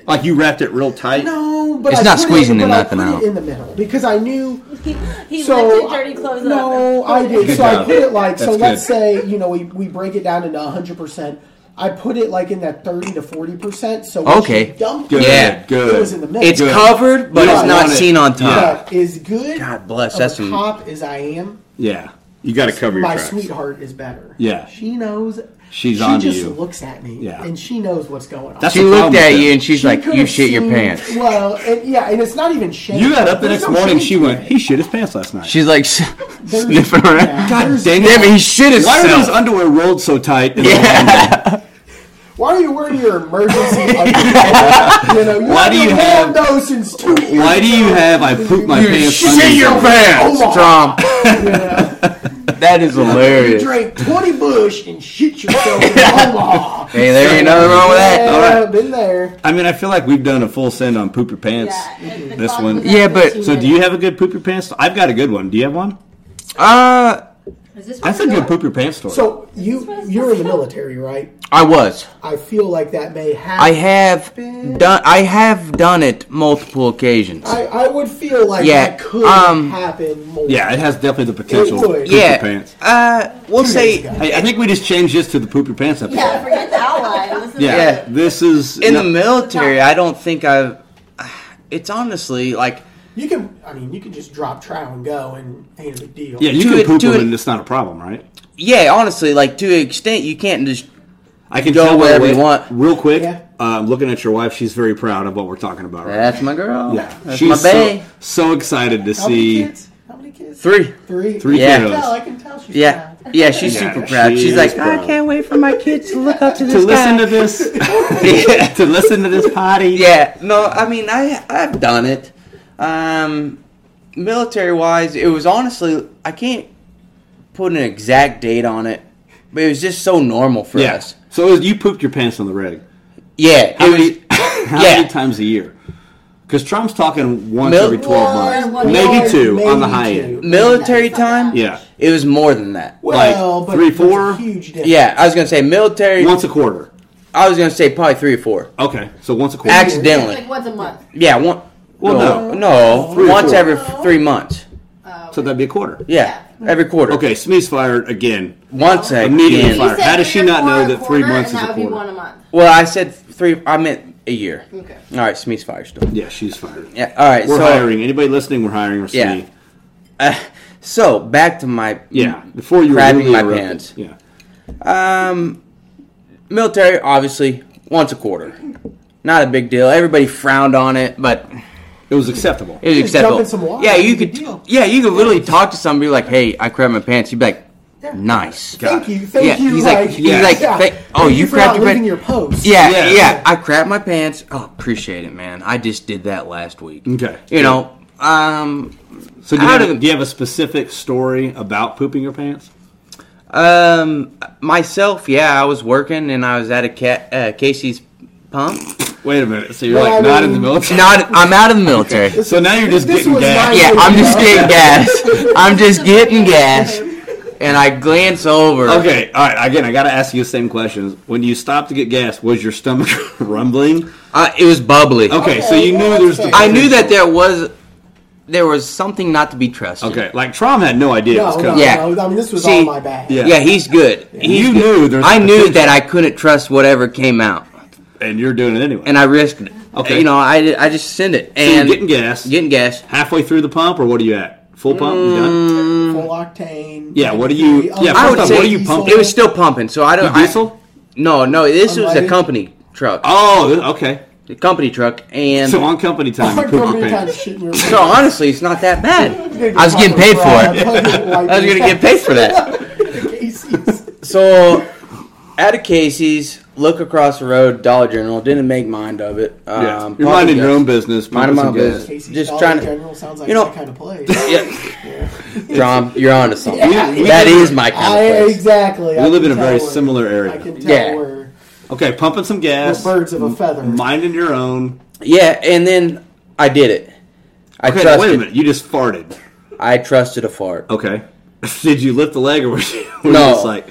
Like you wrapped it real tight?
no, but
It's
I
not
put
squeezing
it,
in
but I
nothing
put it
out.
in the middle because I knew.
he he
so
lifted dirty clothes
no,
up.
I did.
Good
so I
job.
put it like so.
That's
Let's
good.
say you know we, we break it down into hundred percent. I put it like in that thirty to forty percent. So when
Okay.
she dumped
Good,
Yeah.
it,
good.
It was in the middle.
It's
Good.
covered, but
You
it's
don't
not
want it.
seen on top.
But as good
God bless,
of
that's
a
some-
cop as I am,
Yeah, you got to cover your
my
tracks.
sweetheart is better.
Yeah.
she knows.
She's
she
onto
just
you.
looks at me,
Yeah.
and she knows what's going on.
That's
She
the
looked
problem
at
with
you
it.
and she's
She
like,
could've
"You shit your
seen-
pants."
Well, and, yeah, and it's not even shame.
You got up the
There's
next
no
morning.
shame
She
to
went.
it.
He shit his pants last night.
She's like (laughs) s-
There's-
sniffing around.
yeah.
God
There's-
dang
Damn it, he shit
Why are his
himself.
underwear rolled so tight? in the
Yeah.
Why are you wearing your
(laughs)
emergency? underwear? you know, you
Why do you have-
have those since two years
Why do you
ago.
have I pooped my
You
pants?
shit
under
your
you?
pants,
Omaha.
Tom.
(laughs) Yeah.
(laughs) That is
You
hilarious.
drank 20 Bush and shit yourself
(laughs)
in Omaha.
Hey, there ain't nothing wrong with that.
All
Yeah,
right.
been there.
I mean, I feel like we've done a full send on poop your pants.
and the
This
clock
one.
was at
Yeah, but-
15
So, do you have a good poop your pants? I've got a good one. Do you have one?
Uh,
minutes. Is this
That's a
one
good
gone?
poop your pants story.
So you you're in the military, right?
I was.
I feel like that may happen.
I have done. I have done it multiple occasions.
I, I would feel like
Yeah,
that could
um,
happen more.
yeah, it has definitely the potential.
It
to
would.
Poop
Yeah.
your pants.
Uh, we'll say
Hey, I think we just changed this to the poop your pants episode.
(laughs) Yeah, forget the outline. This is
Yeah,
Yeah.
this is
in
no-
the military. I don't think I've. (sighs) It's honestly like
You can I mean you can just drop trial and go and ain't a big deal.
Yeah, you
to
can
it-
poop
to
them
it-
and it's not a problem, right?
yeah, honestly, like to an extent, you can't just.
I can
Go
tell by the
wherever you
way-
want.
Real quick,
Yeah.
uh, looking at your wife, she's very proud of what we're talking about right
That's my girl.
now.
that's
she's
my bae.
so, so excited to
How many
see
kids? How many kids?
Three.
Three.
three
Yeah.
I can tell. I
kiddos
can tell she's
Yeah,
proud.
yeah, she's
Yeah,
super proud.
she
she's
is
like,
proud.
I can't wait for my kids to look up to this
to listen
guy.
to
(laughs)
this, to listen to this potty.
Yeah, no, I mean, I I've done it. Um, military wise, it was honestly I can't put an exact date on it, but it was just so normal for
Yeah.
us.
So it was, you pooped your pants on the reg.
Yeah,
How
it
many,
was.
how
yeah.
many (laughs) times a year? Because Trump's talking once
Mil-
every 12 months.
One,
maybe two
Maybe
on the high
two.
end.
Military time,
Yeah.
it was more than that.
Well,
like
but
three,
there's a
four,
huge difference.
Yeah, I was gonna say military.
Once a quarter.
I was gonna say probably three or four.
Okay. So once a quarter.
Accidentally,
Like once a month.
yeah. One.
Well,
no,
no.
no,
Three or
once
four.
every three months.
Uh,
So that'd be a quarter.
Yeah, every quarter.
Okay. Smee's fired again.
Once a
Immediately
again.
You
Fire.
said
How does
three
she
or
not
four
know
a
that three
quarter,
months
and
is a
That would be
quarter?
one a month.
Well, I said three. I meant a year.
Okay.
All right, Smee's fire still.
Yeah, she's fired.
Yeah. All right.
We're
so,
hiring. Anybody listening, we're hiring. Or
Yeah.
Smee.
Uh, so back to my
Yeah. Before you were
Crapping
really
my
erupted.
pants.
Yeah.
military. Obviously, once a quarter, not a big deal. Everybody frowned on it, but
It was acceptable.
it was
Just
acceptable.
jump in some water,
yeah, you
no big
could.
deal.
Yeah, you could literally talk to somebody like, "Hey, I crapped my pants." You'd be like,
Yeah.
"Nice."
Thank you. Thank
Yeah,
you.
he's like-
like,
he's
like,
thank- oh, you
for
crapped
not
your
leaving
bed-
your post.
Yeah,
Yeah.
yeah, I crapped my pants. Oh, appreciate it, man. I just did that last week.
Okay.
You know, um,
So do you,
Out of
have,
the-
do you have a specific story about pooping your pants?
um, myself, yeah, I was working and I was at a ca- uh, Casey's
(laughs)
pump.
Wait a minute. So you're
Well,
like
I
not in the
mean-
military.
Not, I'm out of the military.
(laughs) So now you're just
This
getting
was
gas.
my-
Yeah, I'm just getting gas. I'm
(laughs)
just getting gas. And I glance over.
Okay, all right. Again, I got to ask you the same questions. When you stopped to get gas, was your stomach (laughs) rumbling?
Uh, it was bubbly.
Okay, so
Okay,
you
well,
knew there's.
that's
The
I knew that
potential.
there was there was something not to be trusted.
Okay, like Trom had no idea. it
No,
was
no,
coming.
Yeah.
no. I mean, this was
See,
all my bad.
Yeah.
Yeah, he's good. He's
you
good.
knew there's.
I
the
knew
potential,
that I couldn't trust whatever came out,
and you're doing it anyway.
and I risked it.
Okay.
you know, I, I just send it
So you're
and
getting gas
getting gas.
halfway through the pump, or what are you at? Full pump? You done?
Full octane.
Yeah, what do you-
Unleaded,
yeah,
I would
off,
say
what are you
diesel.
pumping?
it was still pumping, so I don't. I-
Diesel?
no, no, this was a
Unleaded?
company truck,
Oh, th- okay.
a company truck, and
So on company time, you
I
pooped your
remember
(laughs)
the kind of
pants.
shit we were
So honestly, it's not that bad. I was getting paid for it. (laughs) I was gonna get paid for
(laughs)
that. (laughs)
that.
So out of Casey's, look across the road, Dollar General. Didn't make mind of it. Um,
Yeah.
probably
you're minding your
just-
own business.
Minding my
pumping
own
some
business.
gas.
Just
Dollar
trying to-
General sounds like
you know-
that kind of (laughs) place.
Yeah. Dom, you're (laughs) onto something.
Yeah.
We- we
That
live in-
is my (laughs) kind
I,
of place.
exactly.
We live in a very similar area.
I can tell
Yeah.
we're,
Okay, pumping some
we're
gas.
birds of a feather.
Minding your own.
Yeah, and then I did it. I
Okay, now,
trusted.
wait a minute. You just farted.
I trusted a fart.
Okay. (laughs) Did you lift the leg or was you, were you
No.
just like,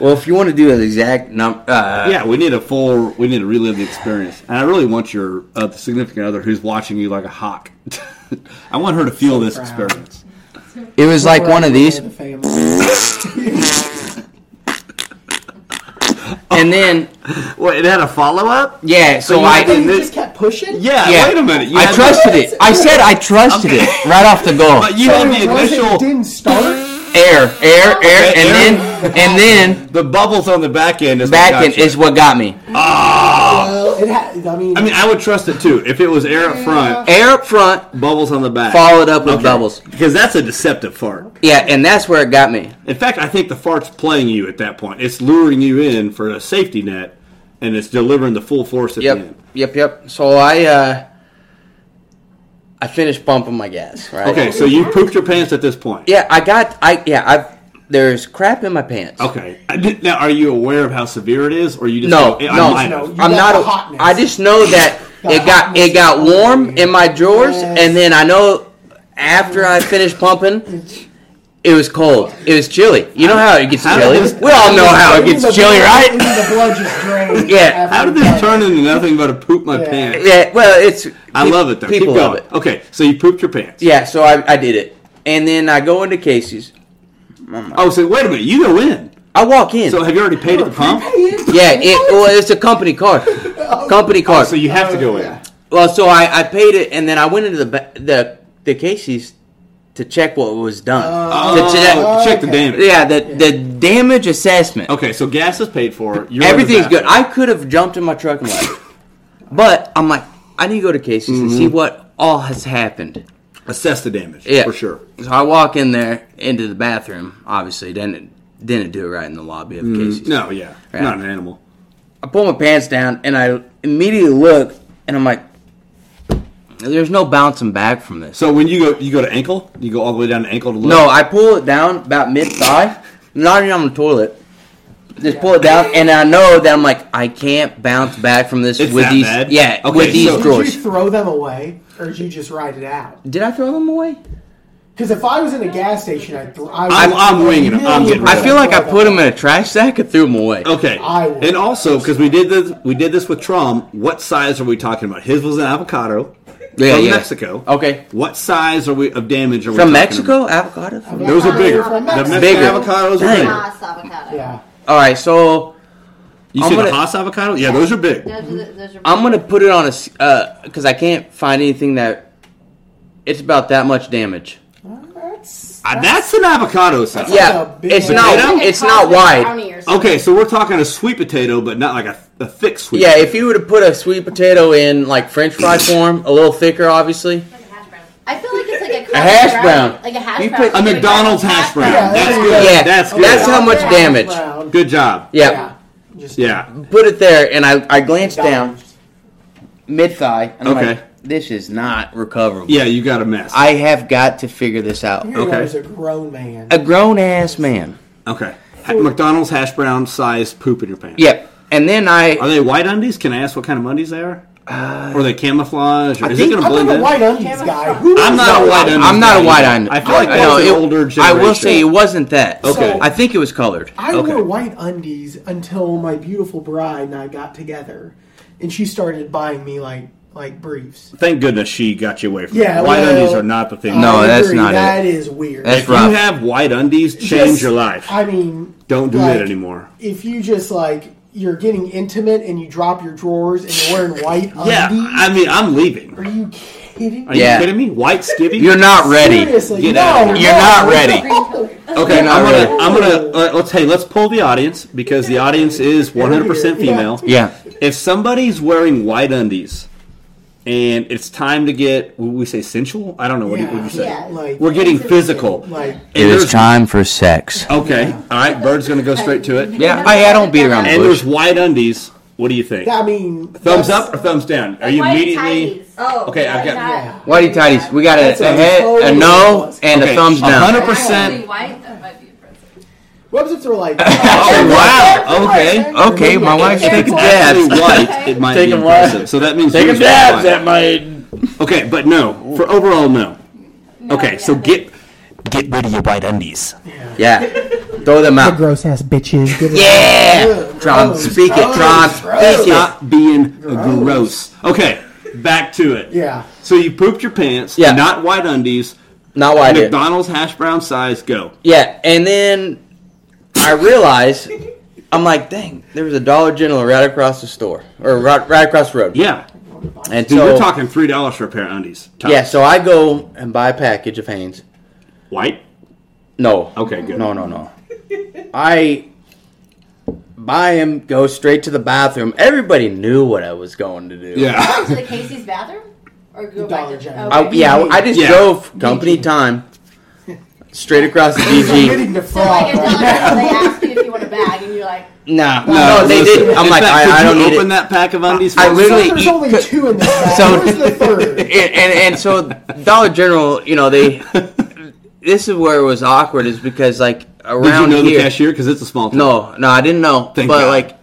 Well, if you want to do an exact number, uh,
yeah, we need a full, we need to relive the experience. And I really want your uh, significant other who's watching you like a hawk. (laughs) I want her to feel this
proud.
experience.
it was like one of these.
The family.
And then,
Well, it had a follow up?
yeah, so,
you
I
had to-
you just kept pushing.
Yeah,
Yeah.
wait a minute. You
I
had
trusted
the,
it. I said I trusted
Okay.
it right off the go.
But you
So
had
it
the
wasn't-
initial,
it didn't start.
air, air, air, and
Air.
then and then
the bubbles on the back end is
back
what
in
got you.
is what got me.
Well, it had. I mean,
I mean, I would trust it too. If it was air up front,
Air up front,
bubbles on the back.
followed up with bubbles.
Because that's a deceptive fart.
Yeah, and that's where it got me.
In fact, I think the fart's playing you at that point. It's luring you in for a safety net, and it's delivering the full force at the
Yep,
end.
yep, yep. So I uh I finished pumping my gas. Right.
Okay, so you pooped your pants at this point.
Yeah, I got. I yeah. I've there's crap in my pants.
Okay. I did- now, are you aware of how severe it is, or you just
No,
go, "Eh, I
no,
might
no,
have."
you
I'm
got
not.
the
a-
hotness.
I just know that
The
it got
hotness
it got
of
warm
you.
in my drawers,
Yes.
and then I know after I finished pumping, it was cold. It was chilly. You know how it gets
How did
chilly.
this-
we all know how it
Maybe
gets
the
chilly,
blood-
right?
maybe The blood just drained.
Yeah.
after
How did
you got
this
it.
turn into nothing but a poop my
Yeah.
pants?
Yeah. Well, it's.
I
peop-
love it though.
People
Keep
love
going.
it.
Okay, so you pooped your pants.
Yeah. So I I did it, and then I go into Casey's.
Oh, so wait a minute, you go in.
I walk in.
So have you already
Oh,
paid at the pump?
yeah.
(laughs)
It, well, it's a company card. Company card.
Oh, So you have to go in.
Oh, Yeah.
Well, so I, I paid it, and then I went into the ba- the the Casey's to to check what was done.
Oh,
to check,
check the
okay.
damage.
yeah, the the damage assessment.
Okay, so gas is paid for. You're in the
Everything's good.
bathroom.
I could have jumped in my truck and left, but I'm like, I need to go to Casey's and see what all has happened.
assess the damage.
Yeah,
Mm-hmm. for sure.
So I walk in there into the bathroom. Obviously, didn't didn't do it right in the lobby of Casey's.
Mm-hmm. No, yeah,
Right.
not an animal.
I pull my pants down and I immediately look and I'm like, there's no bouncing back from this.
So when you go, you go to ankle. You go all the way down to ankle to look.
No, I pull it down about mid thigh, not even on the toilet. Just pull it down, and I know that I'm like I can't bounce back from this
It's
with
that
these.
bad?
Yeah,
Okay,
with these
so-
Did
drawers.
you throw them away, or did you just write it out?
Did I throw them away?
Because if I was in a gas station, I'd. Th- I would
I'm- I'm winging it. I'm getting rid
I
Yeah,
feel like I
throw
put
them
them in a trash sack and threw them away.
Okay.
I will.
and also because we did this, we did this with Trom. What size are we talking about? His was an avocado
Yeah,
from
yeah.
Mexico.
Okay.
What size are we of damage are we
From
talking
Mexico, avocado. From-
Those are bigger.
From
About? The Mexican
Mexico.
Bigger.
avocados are
Dang.
bigger.
Haas avocado.
Yeah.
All right, so
You
I'm
see the
gonna-
Haas avocado? Yeah, those are big.
Those are the- those are-
I'm gonna put it on a s- uh because I can't find anything that it's about that much damage.
That's,
Uh, that's an avocado size.
Yeah.
Yeah,
a big
it's
potato.
not
Like a
it's not
collard
wide.
brownie or something.
Okay, so we're talking a sweet potato, but not like a, a thick sweet.
Yeah, if you were to put a sweet potato in like French (coughs) fry form, a little thicker, obviously.
I feel like it's like a,
A hash
collard
brown.
Like a hash
You
brown.
put-
a McDonald's hash brown.
Yeah,
that's
there
good.
you go.
Yeah,
that's good.
that's how much
Yeah.
damage.
Brown.
Good job.
Yeah.
Just
Yeah.
put it there, and I I glanced down
McDonald's.
mid thigh, and I'm
Okay.
like, this is not recoverable.
Yeah, you got a mess.
I have got to figure this out.
Here
Okay.
goes a grown man.
A grown ass man.
okay. Ha- McDonald's hash brown size poop in your pants.
Yep. And then
Are
I
they white undies? Can I ask what kind of undies they are? Uh, are they camouflage? Or is it
think-
going to
I'm
blend
not
in?
a white undies guy. Who
I'm not
No,
a white undies.
I'm not
guy
a white
either.
onion.
I feel like
I
that's
know,
an
it-
older
I
generation.
will say it wasn't that.
Okay.
I think it was colored.
I
Okay.
wore white undies until my beautiful bride and I got together, and she started buying me like like briefs.
Thank goodness she got you away from
Yeah,
that. White
well,
undies are not the thing.
No,
I
that's not it.
That is weird.
That's
If you
rough.
have white undies, change
Just-
your life.
I mean,
Don't do
like,
that anymore.
If you just like you're getting intimate and you drop your drawers and you're wearing white undies,
Yeah, I mean, I'm leaving.
are you kidding?
Are you
Yeah.
kidding me? White skivvy?
You're not ready.
Seriously,
Get
no,
out of
no,
here.
You're not
no.
ready.
Okay,
You're not
I'm
ready.
gonna, I'm gonna uh, let's hey, let's pull the audience because the audience is 100 percent
Yeah.
female.
Yeah.
If somebody's wearing white undies, and it's time to get, what we say sensual. I don't know what do you, what do you say.
Yeah.
Like,
We're getting physical.
like
And there's-
time for sex.
Okay, all right. Bird's gonna go straight to it.
Yeah, I, I don't be around
And
Bush.
there's white undies. What do you think?
I mean,
Thumbs
that's-
up or thumbs down? Are you
White
immediately?
tidies. Oh,
Okay, I've got-
yeah.
Whitey tighties. We got a,
That's
a
a
head, a
total
no,
loss.
and a
Okay,
thumbs down.
100%.
white, that might be impressive.
Websites
(laughs)
are like,
Oh, Wow. Okay.
Okay, my wife's
If
taking
it's
dabs.
actually white, it might be
Taking what?
impressive. So that means yours
Taking
was
dabs
white.
at my.
Okay, but no. For overall, no.
No,
Okay,
yeah,
so
but-
get get rid of your white undies.
Yeah. Throw them out.
gross ass bitches. Give it
Yeah!
Ew,
Tron,
gross,
speak it,
gross,
Tron,
gross.
speak it.
Stop being gross. Okay, back to it.
Yeah.
So you pooped your pants.
Yeah.
Not white undies.
Not why I did.
McDonald's hash brown size. Go.
Yeah, and then I realized, I'm like, dang, there was a Dollar General right across the store, or right, right across the road.
Yeah.
And
Dude,
so,
we're talking three dollars for a pair of undies. Tops.
yeah, so I go and buy a package of Hanes.
White.
No.
Okay, good.
No, no, no. I buy him, go straight to the bathroom. Everybody knew what I was going to do.
Yeah.
To the Casey's bathroom? Or go back
Dollar
to-
General.
okay.
I, yeah, I I just
Yeah.
drove company time straight across the DG.
Committing to
So like
fraud.
at Dollar General, they ask you if you want a bag, and you're like,
Nah,
No, (laughs)
no, they
listen.
didn't. I'm
In
like,
fact, could
I, I don't
you
need
open
it.
that pack of undies.
I
for us?
literally
there's
eat-
only two
(laughs)
in this bag.
So-
Where's the third?
And, and and so Dollar General, you know, they.
(laughs)
This is where it was awkward, is because like
Did you
around
know
here.
the cashier? Because it's a small. Town.
No, no, I didn't know.
Thank
but
God.
like,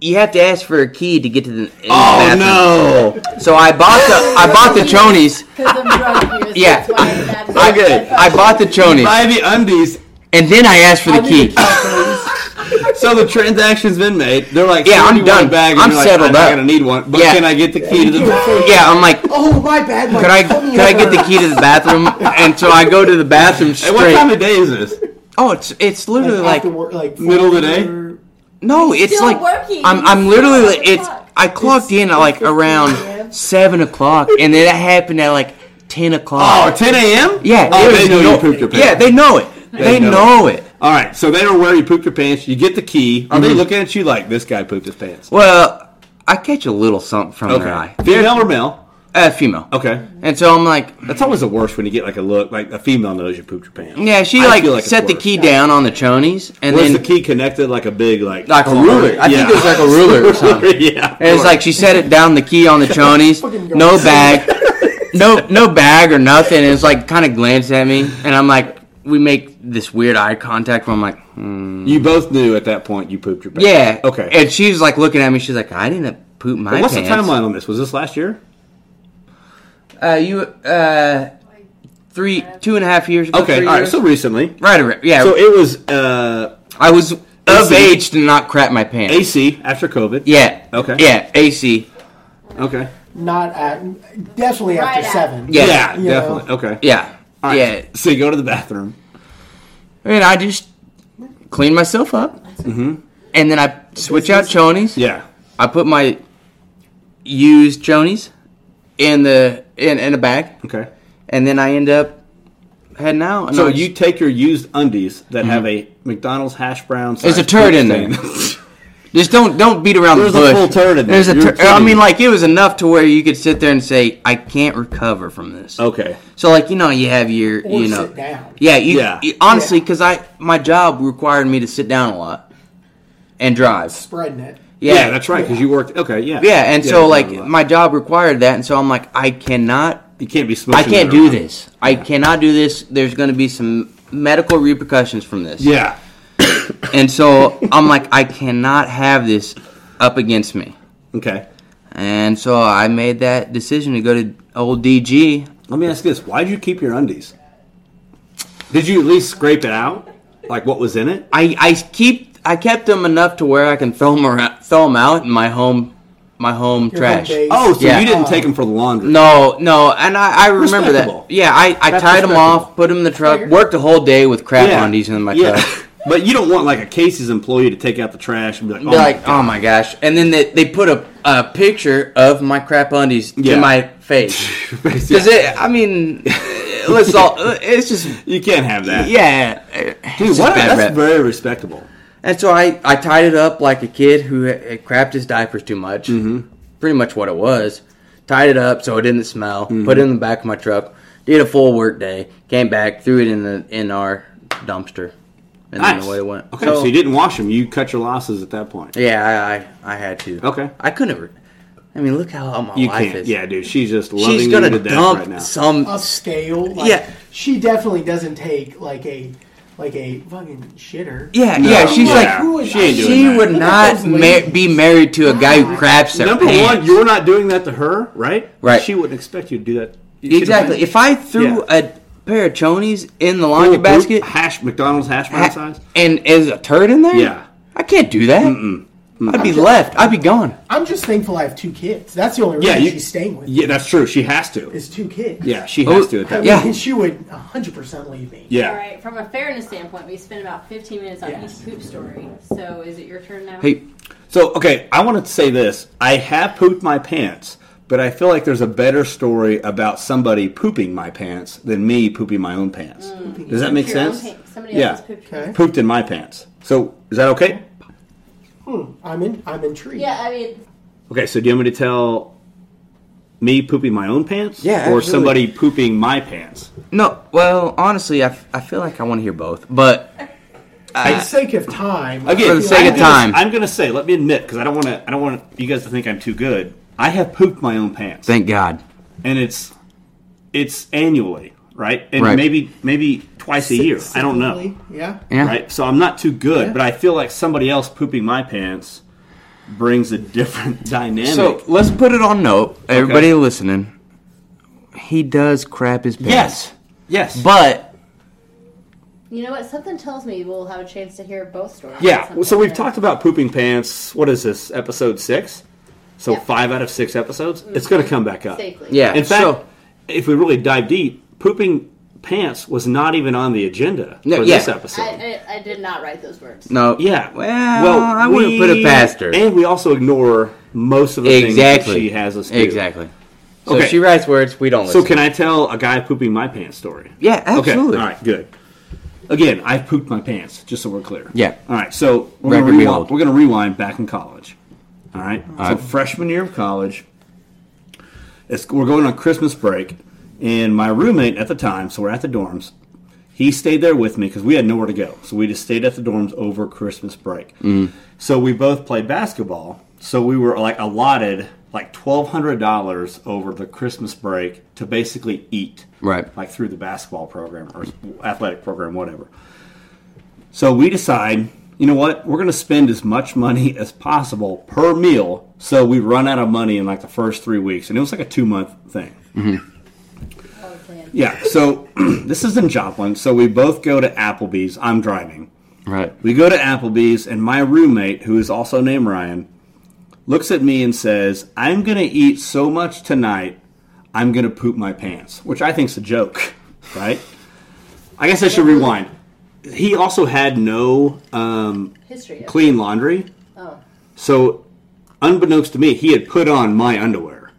you have to ask for a key to get to the. in the
Oh
bathroom.
no.
So I bought the I bought the chonies.
because I'm drunk here, so
Yeah.
that's why I'm bad.
I get it.
I bought the chonies,
Buy the undies.
and then I asked for the key.
(laughs)
So the transaction's been made. They're like,
Yeah,
"So
I'm
do you want a
done.
Bag, and
I'm
you're like,
settled
I'm
up.
not gonna need one. But
Yeah.
can I get the key to the?
Yeah, I'm like,
Oh, my bad. My
could I could I get the key to the bathroom? And so I go to the bathroom
Hey, what time
straight.
of day is this?
Oh, it's it's literally
Like,
like
after work, like
middle of the day?
four-
no, it's
still
like
working.
I'm
It's
I'm literally
still
like, it's
o'clock.
I clocked in at like around seven o'clock, and then it happened at like ten o'clock.
(laughs) Oh, 10 a.m.
yeah,
Oh,
there
they
was
know
no-
you pooped your pants.
Yeah, they know it. They,
know
know, it.
All right, so they know where you pooped your pants. You get the key. Are they looking at you like this guy pooped his pants?
Well, I catch a little something from their eye.
Female or male?
Uh, female.
Okay.
And so I'm like,
That's always the worst when you get like a look, like a female knows you pooped your pants.
yeah, she
I
like,
feel like it's
set the
worse.
key down on the chonies, and
Was
then
the key connected like a big like?
like a ruler. I
Yeah.
think it was like a ruler or something.
(laughs) yeah.
(laughs) And it's like she set it down the key on the chonies, no bag,
(laughs)
no no bag or nothing. And it's like kind of glanced at me, and I'm like, we make this weird eye contact where I'm like, hmm.
you both knew at that point you pooped your pants.
yeah,
Okay.
And she's like looking at me. She's like, I didn't poop my
What's
pants.
the timeline on this? Was this last year?
Uh, you uh, three two and a half years. Ago,
Okay.
three
All right.
years?
So recently.
right, around, yeah.
So it was uh,
I was of
AC.
age to not crap my pants.
AC after COVID.
Yeah.
Okay.
Yeah, AC.
Okay.
Not at definitely after
Right at-
seven.
Yeah.
You
definitely.
know.
Okay.
Yeah.
All right.
Yeah.
So you go to the bathroom.
And I just clean myself up. And then I switch out chonies.
Mm-hmm. Yeah.
I put my used chonies in the in, in a bag.
Okay.
And then I end up heading out. And
So
I was-
you take your used undies that have a McDonald's hash brown.
There's a turd in there. just don't don't beat around
There's a
the bush.
full turd in there.
There's a
You're
tur- I
kidding me.
mean, like it was enough to where you could sit there and say, "I can't recover from this."
(laughs) okay.
So like you know you have your
Or
you know
sit down.
yeah you,
Yeah.
you- honestly because I my job required me to sit down a lot and drive
Spreading it.
Yeah,
yeah yeah,
that's right. Because you worked. Okay. Yeah.
and so like
blah, blah, blah.
my job required that and so I'm like I cannot
you can't be. smooshing
I can't
that
do
around.
this I cannot do this there's going to be some medical repercussions from this
Yeah.
and so I'm like I cannot have this up against me
Okay.
and so I made that decision to go to old DG
Let me ask you this: Why'd you keep your undies? Did you at least scrape it out? Like what was in it?
I, I keep I kept them enough to where I can throw them around, throw 'em out in my home my home
Your home
trash.
base.
Oh, so
Yeah.
you didn't take them for the laundry?
no, no, and I, I remember
Respectable.
that. Yeah, I, I
That's
tied them
respectable.
off, put them in the truck, worked a whole day with crap undies in my
Yeah.
truck.
but you don't want like a Casey's employee to take out the trash and be like, (laughs) oh,
Be like,
my
oh my gosh! And then they, they put a, a picture of my crap undies
Yeah.
in
(laughs)
my face
God."
because it. I mean, let's
(laughs)
all. It's just
you can't have that.
yeah. it's
Dude,
just
what?
bad
That's
rep.
very respectable.
And so I, I tied it up like a kid who had had crapped his diapers too much.
Mm-hmm.
Pretty much what it was. Tied it up so it didn't smell.
Mm-hmm.
Put it in the back of my truck. Did a full work day. Came back, threw it in the in our dumpster, and
Nice.
then away it went.
Okay, so, you didn't wash them. You cut your losses at that point.
Yeah, I, I I had to.
Okay.
I couldn't. Re- I mean, look how my
You
life
can't.
is.
Yeah, dude, she's just loving
she's
you
gonna
to death
dump
right now.
some.
upscale. Like,
Yeah.
she definitely doesn't take like a like a fucking shitter.
Yeah,
No,
yeah. She's
yeah.
like,
who would-
she ain't doing
she
that.
would
Look at
not
those
ma-
ladies.
be married to a guy who craps their
Number
pants.
one, you're not doing that to her, right?
Right.
She wouldn't expect you to do that. You should
Exactly.
have-
If I threw
Yeah.
a pair of chonies in the laundry
Poop,
basket
hash McDonald's hash brown
ha-
size.
and is a turd in there,
Yeah.
I can't do that. I'd be left. I'd be gone.
I'm just thankful I have two kids. That's the only
Yeah,
reason
you-
she's staying with.
Yeah, that's true. She has to.
is two kids.
Yeah, she
Oh,
has to at
I
that.
mean,
point.
Yeah.
she would 100 percent leave me.
Yeah.
All right. From a fairness standpoint, we spent about 15 minutes on
Yes.
each poop story. So is it your turn now?
Hey,
So okay, I wanted to say this. I have pooped my pants, but I feel like there's a better story about somebody pooping my pants than me pooping my own pants. Does that make
Mm. Your own
sense?
pa- Somebody
Yeah.
else's poop.
Okay.
Pooped in my pants. So is that okay?
I'm in. I'm intrigued.
Yeah, I mean,
Okay. So do you want me to tell me pooping my own pants?
Yeah,
Or
absolutely.
somebody pooping my pants?
no. Well, honestly, I, f- I feel like I want to hear both, but
For the sake of time,
Again,
For the sake
I'm
of
gonna-
time.
I'm gonna say. Let me admit, because I don't want to. I don't want you guys to think I'm too good. I have pooped my own pants.
thank God.
and it's it's annually, right? And
Right.
maybe maybe twice a year. I don't know,
Yeah.
Yeah.
right? So I'm not too good, but I feel like somebody else pooping my pants brings a different (laughs) dynamic.
So let's put it on note. Everybody listening, he does crap his pants.
yes, yes,
but
you know what? Something tells me we'll have a chance to hear both stories. at
yeah.
some
So we've
point.
talked about pooping pants. What is this episode six? So
Yeah. Mm-hmm.
five out of six episodes. It's going to come back up.
safely.
yeah.
In fact,
so,
if we really dive deep, pooping pants was not even on the agenda
No,
for
yeah.
this episode.
I, I, I did not write those words.
no.
Yeah.
Well, I wouldn't put it past her.
And we also ignore most of the things that
Exactly.
she has us do.
Exactly. So
Okay.
she writes words we don't listen.
So can I tell a guy pooping my pants story?
yeah, absolutely.
Okay. All right. Good. Again, I pooped my pants. Just so we're clear.
Yeah.
All right. So we're gonna
Record be
rewind.
old.
We're gonna rewind back in college. All right. so
right.
freshman year of college, it's, we're going on Christmas break, and my roommate at the time, so we're at the dorms. He stayed there with me because we had nowhere to go, so we just stayed at the dorms over Christmas break.
Mm.
So we both played basketball. So we were like allotted like twelve hundred dollars over the Christmas break to basically eat
Right.
like through the basketball program or athletic program, whatever. So we decide, you know what, we're going to spend as much money as possible per meal. So we run out of money in like the first three weeks, and it was like a two month thing.
Solid plan.
Yeah. So (clears throat) this is in Joplin. So we both go to Applebee's. I'm driving.
Right.
We go to Applebee's, and my roommate, who is also named Ryan, looks at me and says, I'm going to eat so much tonight, I'm going to poop my pants, which I think's a joke, (laughs) right? I guess I should rewind. He also had no um,
History. Of
clean laundry,
Oh.
so unbeknownst to me, he had put on my underwear,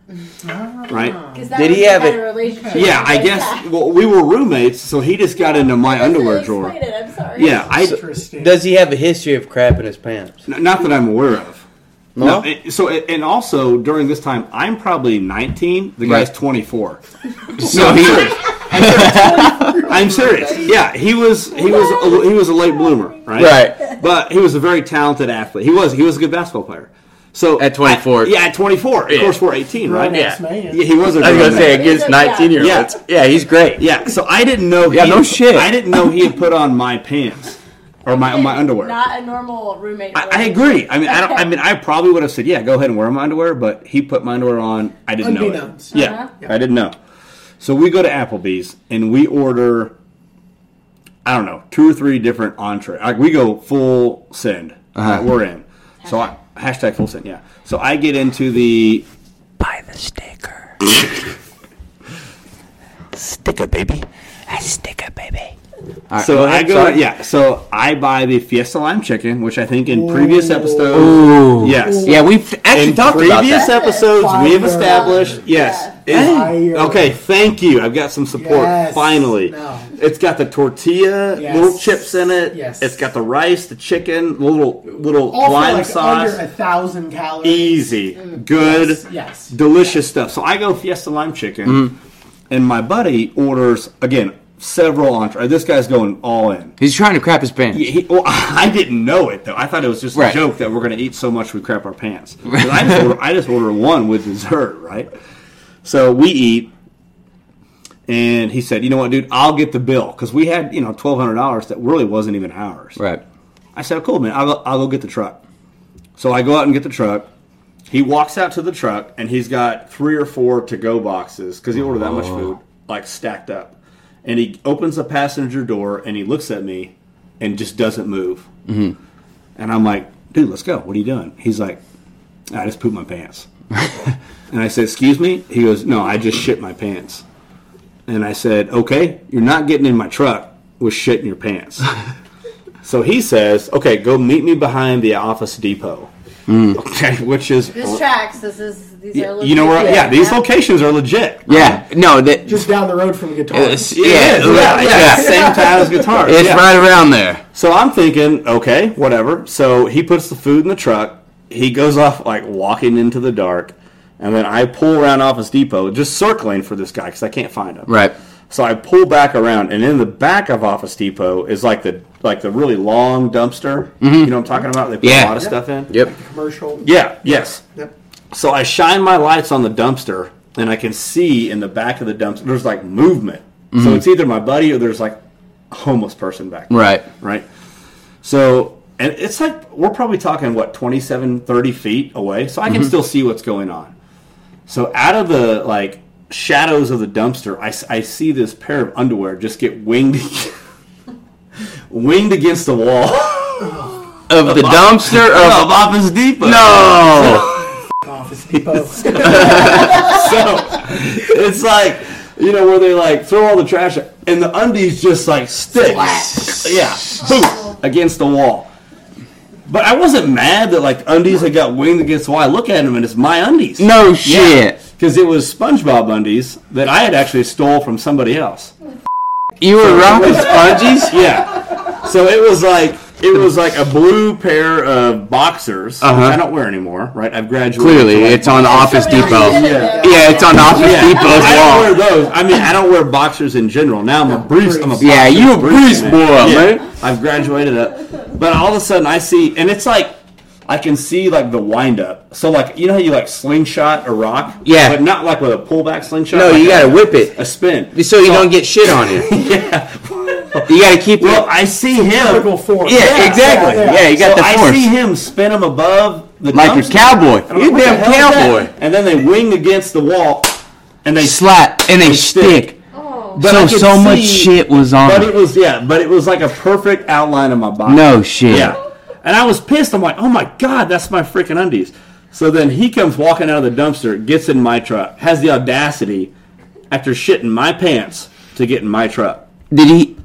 right?
'Cause that
Did
was
he
the
have
kind
it-
of relationship
Yeah, I
like (laughs)
guess
that.
well, we were roommates, so he just got into my (laughs)
Doesn't
underwear
explain
drawer.
It, I'm sorry.
Yeah, I,
Interesting.
Does he have a history of crap in his pants?
N- Not that I'm aware of.
No?
No. it- so it- and also during this time, I'm probably 19. The guy's
Right.
24.
(laughs) So he
I'm serious. Yeah, he was he was a, he was a late bloomer, right?
Right.
But he was a very talented athlete. He was he was a good basketball player. So
At 24.
I- yeah, at 24. Of
Yeah.
course, we're 18, right?
Grown-ass
Yeah.
man.
Yeah, he was a
I was
grown
gonna say
man.
against
Yeah.
nineteen year olds. Yeah, he's great.
Yeah, so I didn't know.
Yeah,
he
no
had-
shit.
I didn't know he had put on my pants or my my underwear.
Not a normal roommate.
I, I agree. I mean, I don't. I mean, I probably would have said, "Yeah, go ahead and wear my underwear," but he put my underwear on. I didn't know. It.
Unbeknownst.
Yeah, I didn't know. So we go to Applebee's and we order. I don't know, two or three different entrees. Like we go full send.
Uh-huh.
Like, we're in. So I, hashtag full send. Yeah. So I get into the
buy the sticker. sticker, baby. A sticker, baby.
So
go
I
ahead,
go,
sorry.
yeah. So I buy the Fiesta Lime Chicken, which I think in previous episodes, yes,
Yeah, we've actually
in
talked about
previous
that.
episodes we have
Fire.
established, yes.
Fire.
Okay, thank you. I've got some support.
Yes.
Finally,
No.
it's got the tortilla,
Yes.
little chips in it.
Yes.
it's got the rice, the chicken, little little
All for
lime
like
sauce.
under a thousand calories.
Easy, good,
yes.
delicious stuff. So I go Fiesta Lime Chicken,
Mm-hmm.
and my buddy orders again several entrees. This guy's going all in.
He's trying to crap his pants.
He, well, (laughs) I didn't know it though. I thought it was just
Right.
a joke that we're going to eat so much we crap our pants. 'Cause I just order, I just order one with dessert, right? So we eat, and he said, "You know what, dude? I'll get the bill because we had you know twelve hundred dollars that really wasn't even ours."
Right.
I said, "Cool, man. I'll go, I'll go get the truck." So I go out and get the truck. He walks out to the truck, and he's got three or four to-go boxes because he ordered that much food, like stacked up. And he opens the passenger door, and he looks at me, and just doesn't move. And I'm like, "Dude, let's go. What are you doing?" He's like, "I just pooped
(laughs)
my pants." and I said, "Excuse me." He goes, "No, I just shit my pants." And I said, "Okay, you're not getting in my truck with shit in
(laughs)
your pants." So he says, "Okay, go meet me behind the office depot."
Mm.
Okay, which is
This tracks. This is these are.
you know where? Yeah, these locations are legit.
Yeah. No. That.
Just down the road from guitar.
it's- yeah.
It is,
yeah.
yeah, it's the same time as guitar.
It's right around there.
So I'm thinking, okay, whatever. So he puts the food in the truck. He goes off like walking into the dark, and then I pull around Office Depot, just circling for this guy because I can't find him.
Right.
So I pull back around, and in the back of Office Depot is like the like the really long dumpster. You know what I'm talking about? They
Mm-hmm.
put
Yeah.
a lot of stuff in.
Yep.
commercial.
Yeah. Yes.
Yep.
So I shine my lights on the dumpster, and I can see in the back of the dumpster there's like movement. So it's either my buddy or there's like a homeless person back. there,
Mm-hmm. Right.
Right. So and it's like we're probably talking what 27, 30 feet away, so I can still see what's going on. So out of the like shadows of the dumpster, I, s- I see this pair of underwear just get winged (laughs) winged against the wall (laughs)
Of the dumpster
of
of.
Office Depot.
No.
(laughs)
Office Depot.
so it's like you know where they like throw all the trash and the undies just like stick yeah boom against the wall but i wasn't mad that like undies had got winged against the wall i look at them and it's my undies
No shit.
because it was SpongeBob undies that I had actually stole from somebody else.
You were
(laughs)
rocking spongies?
Yeah. So it was like it was like a blue pair of boxers,
Uh-huh.
which I don't wear anymore. Right? I've graduated.
Clearly,
to, like,
it's on Office
Somebody
Depot.
(laughs)
else did it,
Yeah.
though.
Yeah, it's on Office
Yeah, I don't wear
Depot's wall.
those. I mean, I don't wear boxers in general. Now I'm a briefs. I'm a boxer,
Yeah, you a briefs
man.
boy,
Yeah,
man.
I've graduated up, but all of a sudden I see, and it's like I can see like the wind up. So like you know how you like slingshot a rock,
Yeah.
but not like with a pullback slingshot.
No,
like
you
a-
gotta whip it.
a spin.
So you don't get shit on you.
(laughs) yeah.
You gotta keep
Well,
it.
I see him.
Vertical form.
Yeah, exactly.
yeah,
Yeah,
yeah.
you got
so
the
I
force.
see him spin him above the
like a
dumpster.
cowboy.
I'm
You
like, what the
damn
hell is that?
cowboy.
And then they wing against the wall, and they
Slap and they
stick.
stick.
Oh.
But I
So
could
so much
see-
shit was on.
But
it.
it was yeah, but it was like a perfect outline of my body.
No shit.
Yeah. And I was pissed. I'm like, oh my god, that's my freaking undies. So then he comes walking out of the dumpster, gets in my truck, has the audacity, after shitting my pants, to get in my truck.
Did he?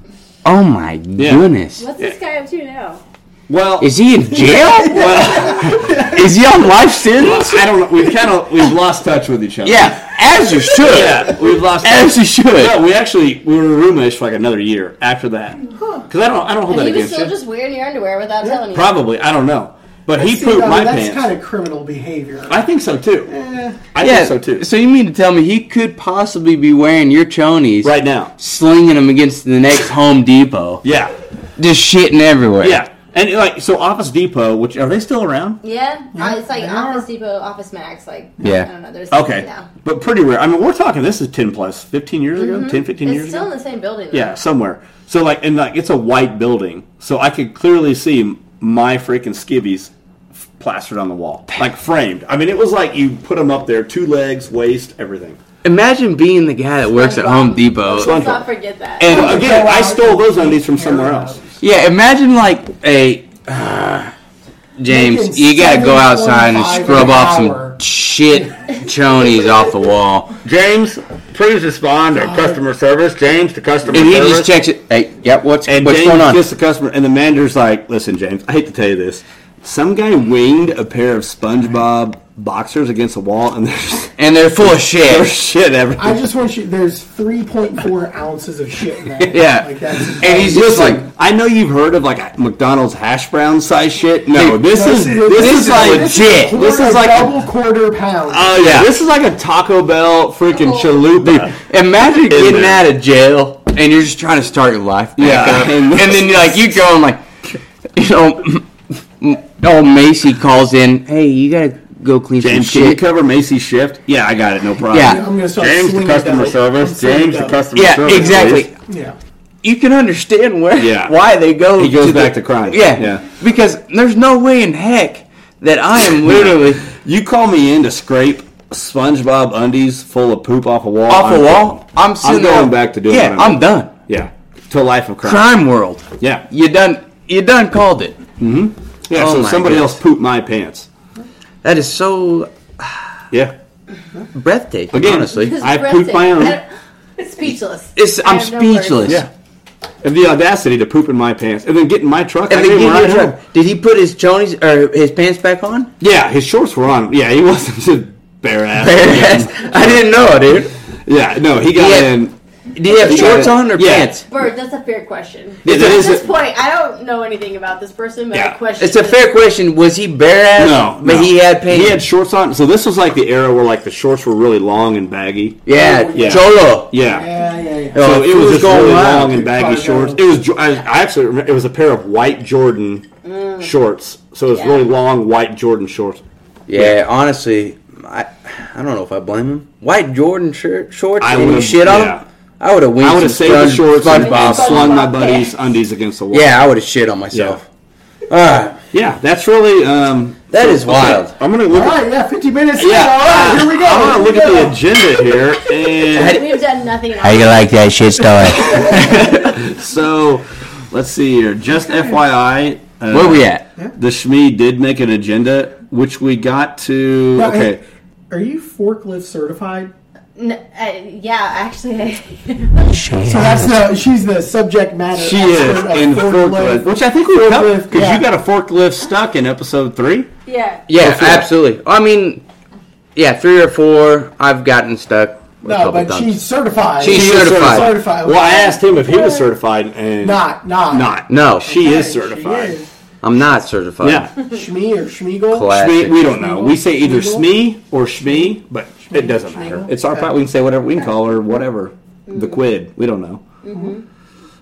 Oh my goodness.
What's this guy up to now?
Well,
Is he in jail?
well,
Is he on life sentence?
I don't know. We've kind of we've lost touch with each other.
Yeah, as you should.
yeah, we've lost.
As you
touch.
should.
No, we actually we were roommates for like another year after that. Because I don't I don't hold
And
that
he was
against
still
you.
just wearing your underwear without telling you.
Probably I don't know, but he
See,
pooped
I mean,
my
that's
pants.
kind of criminal behavior.
I think so too.
Eh.
I
Yeah.
think so too.
So you mean to tell me he could possibly be wearing your chonies,
Right now.
slinging them against the next Home Depot,
Yeah.
just shitting everywhere?
Yeah. And like so Office Depot, which are they still around?
Yeah, Uh, it's like
Yeah.
Office Depot, Office Max, like
Yeah.
I don't know. There's
Okay.
now.
But pretty rare. I mean, we're talking this is 10 plus 15 years ago, ten, fifteen 10 15
Mm-hmm. It's
years
still
ago.
in the same building. Though.
yeah, somewhere. So like and like it's a white building. So I could clearly see my freaking skivvies f- plastered on the wall. Like framed. I mean, it was like you put them up there, two legs, waist, everything.
Imagine being the guy that works at Home Depot.
Sponge-
Let's not forget that.
And
But again, I stole those undies from somewhere else.
yeah, imagine like a uh, James.
Making
You gotta go outside and
7.25
scrub
an
off
hour.
some shit chonies off the wall.
James, please respond
Oh.
to customer service. James to customer
And he just checks it. Hey, yep. What's
And
what's
James
going on?
gets the customer, and the manager's like, "Listen, James, I hate to tell you this. Some guy winged a pair of SpongeBob boxers against a wall, and there's,
(laughs) and they're full of shit.
there's shit everywhere."
I just want you. There's
(laughs)
3.4 ounces of shit in that.
Yeah.
like that's.
And he's just
Listen,
like,
I know you've heard of like a McDonald's hash brown size shit. No, this
no,
is
see,
this,
this
is
is
like
legit.
This is
Quarter-
like
double quarter pound.
(laughs) oh yeah, this is like a Taco Bell freaking chalupa. (laughs)
imagine getting
there.
out of jail and you're just trying to start your life back
Yeah. (laughs)
up, and then like you go and like, you know, (laughs) old Macy calls in. Hey, you gotta go clean
James,
some
can you
shit.
cover Macy's shift? Yeah, I got it. No problem.
Yeah.
I'm gonna start
James, the
slinging
customer
dough. I'm
service.
slinging
James, the
dough.
customer
yeah,
service.
exactly.
please.
Yeah.
You can understand where (laughs)
Yeah.
why they go.
He goes
to the-
back to crime.
Yeah,
Yeah.
Because there's no way in heck that I
(laughs)
am literally
You call me in to scrape SpongeBob undies full of poop off a wall.
off
I'm
a wall.
done.
I'm sitting there-
going back to doing
Yeah,
what I'm
I'm done.
yeah, to a life of crime.
Crime world.
Yeah,
You done. You done called it.
yeah.
Oh
so
my
somebody
goodness.
else pooped my pants.
That is so
Yeah.
breathtaking.
Again,
honestly,
This is
I pooped my own.
breathtaking. I- (laughs) Speechless.
It's-
I
I'm
have no words.
speechless.
Yeah. And the audacity to poop in my pants and then get in my truck.
And
I
then
didn't
give
ride
you a
home.
truck. Did he put his chonies or his pants back
(laughs)
on?
Yeah, his shorts were on. Yeah, he (laughs) wasn't just bare ass.
I didn't know, dude.
Yeah, no, he got
Yeah.
in.
Did he have shorts on or
Yeah.
pants?
Bird, that's a fair question.
Yeah, that
At
is
this
a-
point, I don't know anything about this person, but
Yeah.
I question.
It's a fair question. Was he bare ass?
No,
but
no.
he had pants.
He had shorts on. So this was like the era where like the shorts were really long and baggy.
yeah,
oh, Yeah.
cholo.
Yeah.
Yeah, yeah, yeah.
So
Oh,
it was just
going
really
wild.
long and baggy
Probably
shorts. It
going-
was jo- I, I actually remember it was a pair of white Jordan
Mm.
shorts. So it was
Yeah.
really long white Jordan shorts.
Yeah, honestly, I I don't know if I blame him. White Jordan shirt shorts.
I
and you
would've-
shit on
yeah.
him. I would have winked.
I would have saved the shorts and, and
SpongeBob.
slung my
SpongeBob.
buddy's undies against the wall.
Yeah, I would have shit on myself. All right,
yeah, that's really um,
that is
okay,
wild.
I'm gonna look.
All
At,
right, yeah, 50 minutes.
yeah,
Yeah, all right, here we go.
I'm gonna
here
look
we
at the
go.
agenda here,
(laughs)
and
We've done nothing.
How you like that shit story?
so let's see here. Just FYI,
(laughs)
uh,
Where we at?
The Shmi did make an agenda, which we got to.
Now,
Okay,
Are you forklift certified?
N- uh, yeah, actually, (laughs) I-
So that's the she's the subject matter.
She is
expert of
in forklift, which I think we covered
Forklift,
because
yeah.
you got a forklift stuck in episode three.
yeah.
Yeah,
Before.
absolutely. I mean, yeah, three or four. I've gotten stuck. With a
No,
couple
but
times.
she's certified.
She's
She is
certified.
Certified.
Well, I asked him if he was certified, and
Not, not.
not.
No,
she
Okay,
is certified.
She is.
I'm not certified.
(laughs) Yeah,
Shmee or Schmiegel?
Collab.
Shmee, we don't know. We say either Smee or Shmee, but it doesn't matter. It's our pot. We can say whatever we can call her, whatever.
Mm-hmm.
The quid. We don't know.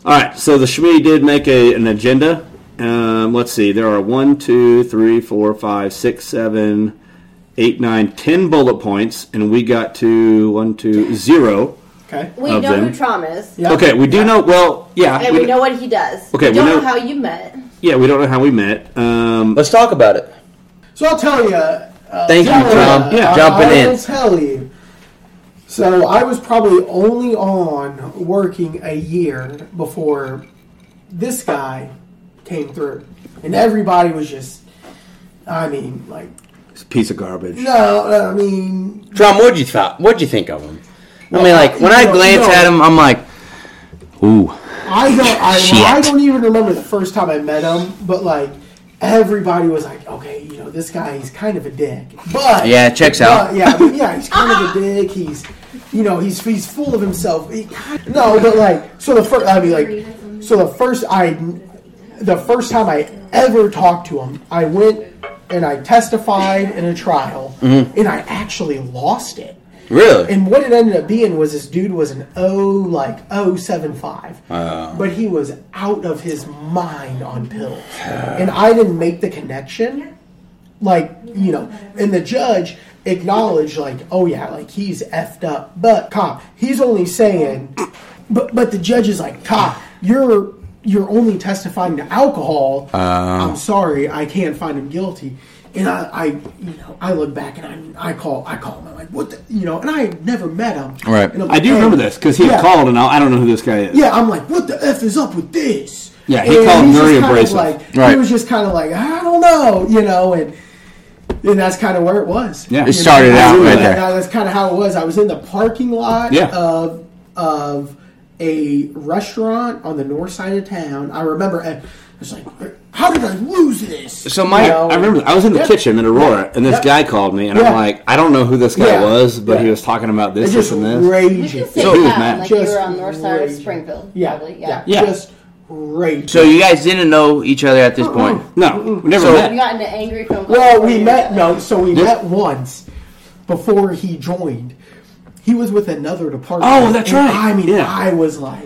All right. So the Shmee did make a, an agenda. Um, let's see. There are one, two, three, four, five, six, seven, eight, nine, ten bullet points, and we got to one, two, zero.
Okay.
We
Of
know
them.
who Trom is,
Yeah.
Okay, we do know. Well, yeah,
and we know what he does.
Okay,
we
we
don't know,
know-
how you met.
Yeah, we don't know how we met. Um,
Let's talk about it.
So I'll tell you. Uh,
Thank you, Tom.
Yeah.
I-
Jumping
I
in.
will tell you. So I was probably only on working a year before this guy came through, and everybody was just. I mean, like
it's a piece of garbage.
no, I mean,
Tom, what'd you thought? What'd you think of him? I mean, like when I
No,
glance
no.
at him, I'm like, ooh,
I don't,
Shit.
I, I don't even remember the first time I met him, but like everybody was like, okay, you know, this guy, he's kind of a dick, but
yeah, it checks out.
Well, yeah, I mean, yeah, he's kind of a dick. He's, you know, he's he's full of himself. He, no, but like, so the first, I mean, like, so the first I, the first time I ever talked to him, I went and I testified in a trial, and I actually lost it.
Really?
And what it ended up being was this dude was an O like O seven five, but he was out of his mind on pills, and I didn't make the connection. Like you know, and the judge acknowledged like, oh yeah, like he's effed up, but cop, he's only saying, but but the judge is like, cop, you're you're only testifying to alcohol. I'm sorry, I can't find him guilty. And I, I, you know, I look back and I, I call, I call him. I'm like, what, the, you know? And I had never met him.
Right.
And I'm
I
like,
do
"Hey."
remember this because he
Yeah.
called, and I I don't know who this guy is.
Yeah, I'm like, what the f is up with this?
Yeah, he called
he's
very
just kind of
abrasive.
Like, He
Right.
was just kind of like, I don't know, you know, and and that's kind of where it was.
Yeah. It
You
started
know,
out
I-
right there.
that- That's kind of how it was. I was in the parking lot
Yeah.
of of a restaurant on the north side of town. I remember I was like, how did I lose this?
So my-
You know,
I remember. I was in the
Yep.
kitchen in Aurora, and this
Yep.
guy called me, and
Yeah.
I'm like, I don't know who this guy
Yeah.
was, but he
Yeah.
was talking about this,
It's just
this, and this.
You
raging.
can say
So
that,
he was mad.
like you
Just
were on the north side of
raging.
Springfield.
Yeah,
probably.
yeah,
yeah.
Yeah.
just raging.
So you guys didn't know each other at
Uh-uh.
this point.
No, we never
So-
You
met.
got into angry phone calls.
Well,
before
we
you
met
did
no, so we
This-
met once before he joined. He was with another department.
Oh, that's
and
right.
I mean,
Yeah.
I was like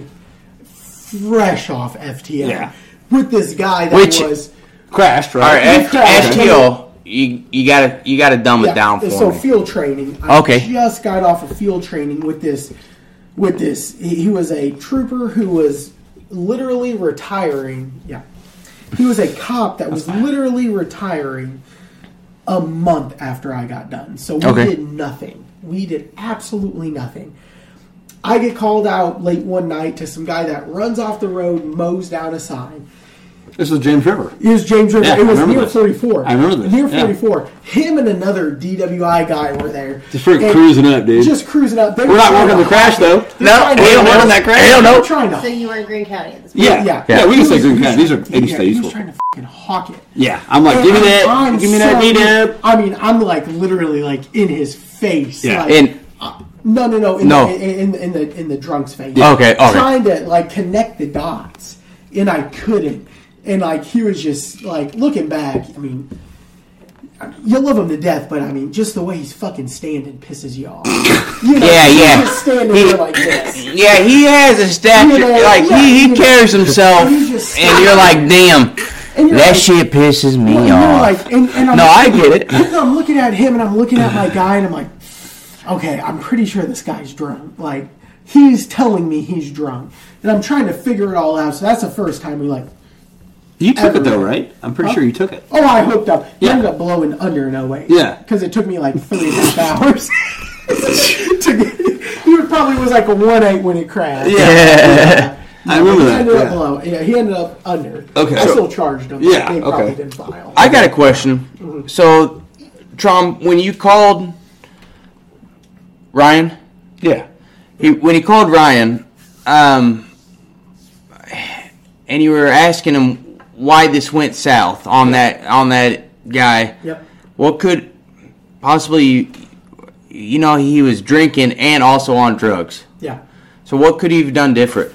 fresh off FTL
Yeah.
with this guy that
Which-
was
Crashed,
All
right?
right, F-
crashed.
FTL, you you gotta you gotta dumb it down for
so
me.
field training. I
Okay.
just got off of field training with this. With this, he, he was a trooper who was literally retiring. Yeah, he was a cop that was literally retiring a month after I got done. So we
Okay.
did nothing. We did absolutely nothing. I get called out late one night to some guy that runs off the road, mows down a sign.
This was James River.
It was James River.
Yeah, I
it was
remember
near
this.
44.
I remember this,
Near
yeah.
44. Him and another DWI guy were there.
Just freaking
And
cruising up, dude.
Just cruising up. They
We're not
trying
working
to
the crash
hide it.
though.
They're trying to hide it.
Hell
They're
no.
Trying to
that. So you were in Greene County at this point.
Yeah, yeah,
Yeah.
we can
He
say
was-
Green County.
he was
These are
trying-
eighty
yeah,
state
He was
useful.
trying to fucking hawk it.
Yeah, I'm like,
And
give me that,
I'm
give me that,
so-
need it.
I mean, I'm like literally like in his face.
Yeah.
Like,
And
no, no, no, in,
No.
The, in, in, in the in the drunk's face.
Yeah. Okay, okay.
Trying to like connect the dots, and I couldn't. And like he was just like looking back. I mean, you love him to death, but I mean, just the way he's fucking standing pisses you off. You
(laughs)
know,
Yeah,
he's
yeah.
Just standing
He-
there like this.
yeah, he has a stature.
You know,
like
yeah,
he,
you
he
know.
carries himself,
You just-
and you're like, damn,
And you're
that
like-
shit pisses me
Well, you're
off.
like- and- and I'm
no, I
like-
get it.
And I'm looking at him and I'm looking
(laughs)
at my guy and I'm like, okay, I'm pretty sure this guy's drunk. Like, he's telling me he's drunk. And I'm trying to figure it all out. So that's the first time we like,
You took it though,
Everywhere.
right? I'm pretty sure you took it.
oh, I hooked up. He
Yeah.
ended up blowing under in 08.
Yeah.
Because it took me like three and a half hours. (laughs) to get, he probably was like a 1 8 when it crashed. (laughs)
(laughs) Yeah.
I (laughs) remember
he
that.
ended up
yeah.
below. Yeah, he ended up under.
Okay.
I
So-
still charged him.
Yeah,
They
okay.
probably didn't file.
I got a
Mm-hmm.
question. So, Trom, when you called Ryan,
Yeah.
he, when he called Ryan, um, and you were asking him why this went south on that on that guy.
Yep.
What could possibly
you know he was drinking and also on drugs.
Yeah.
So what could he have done different?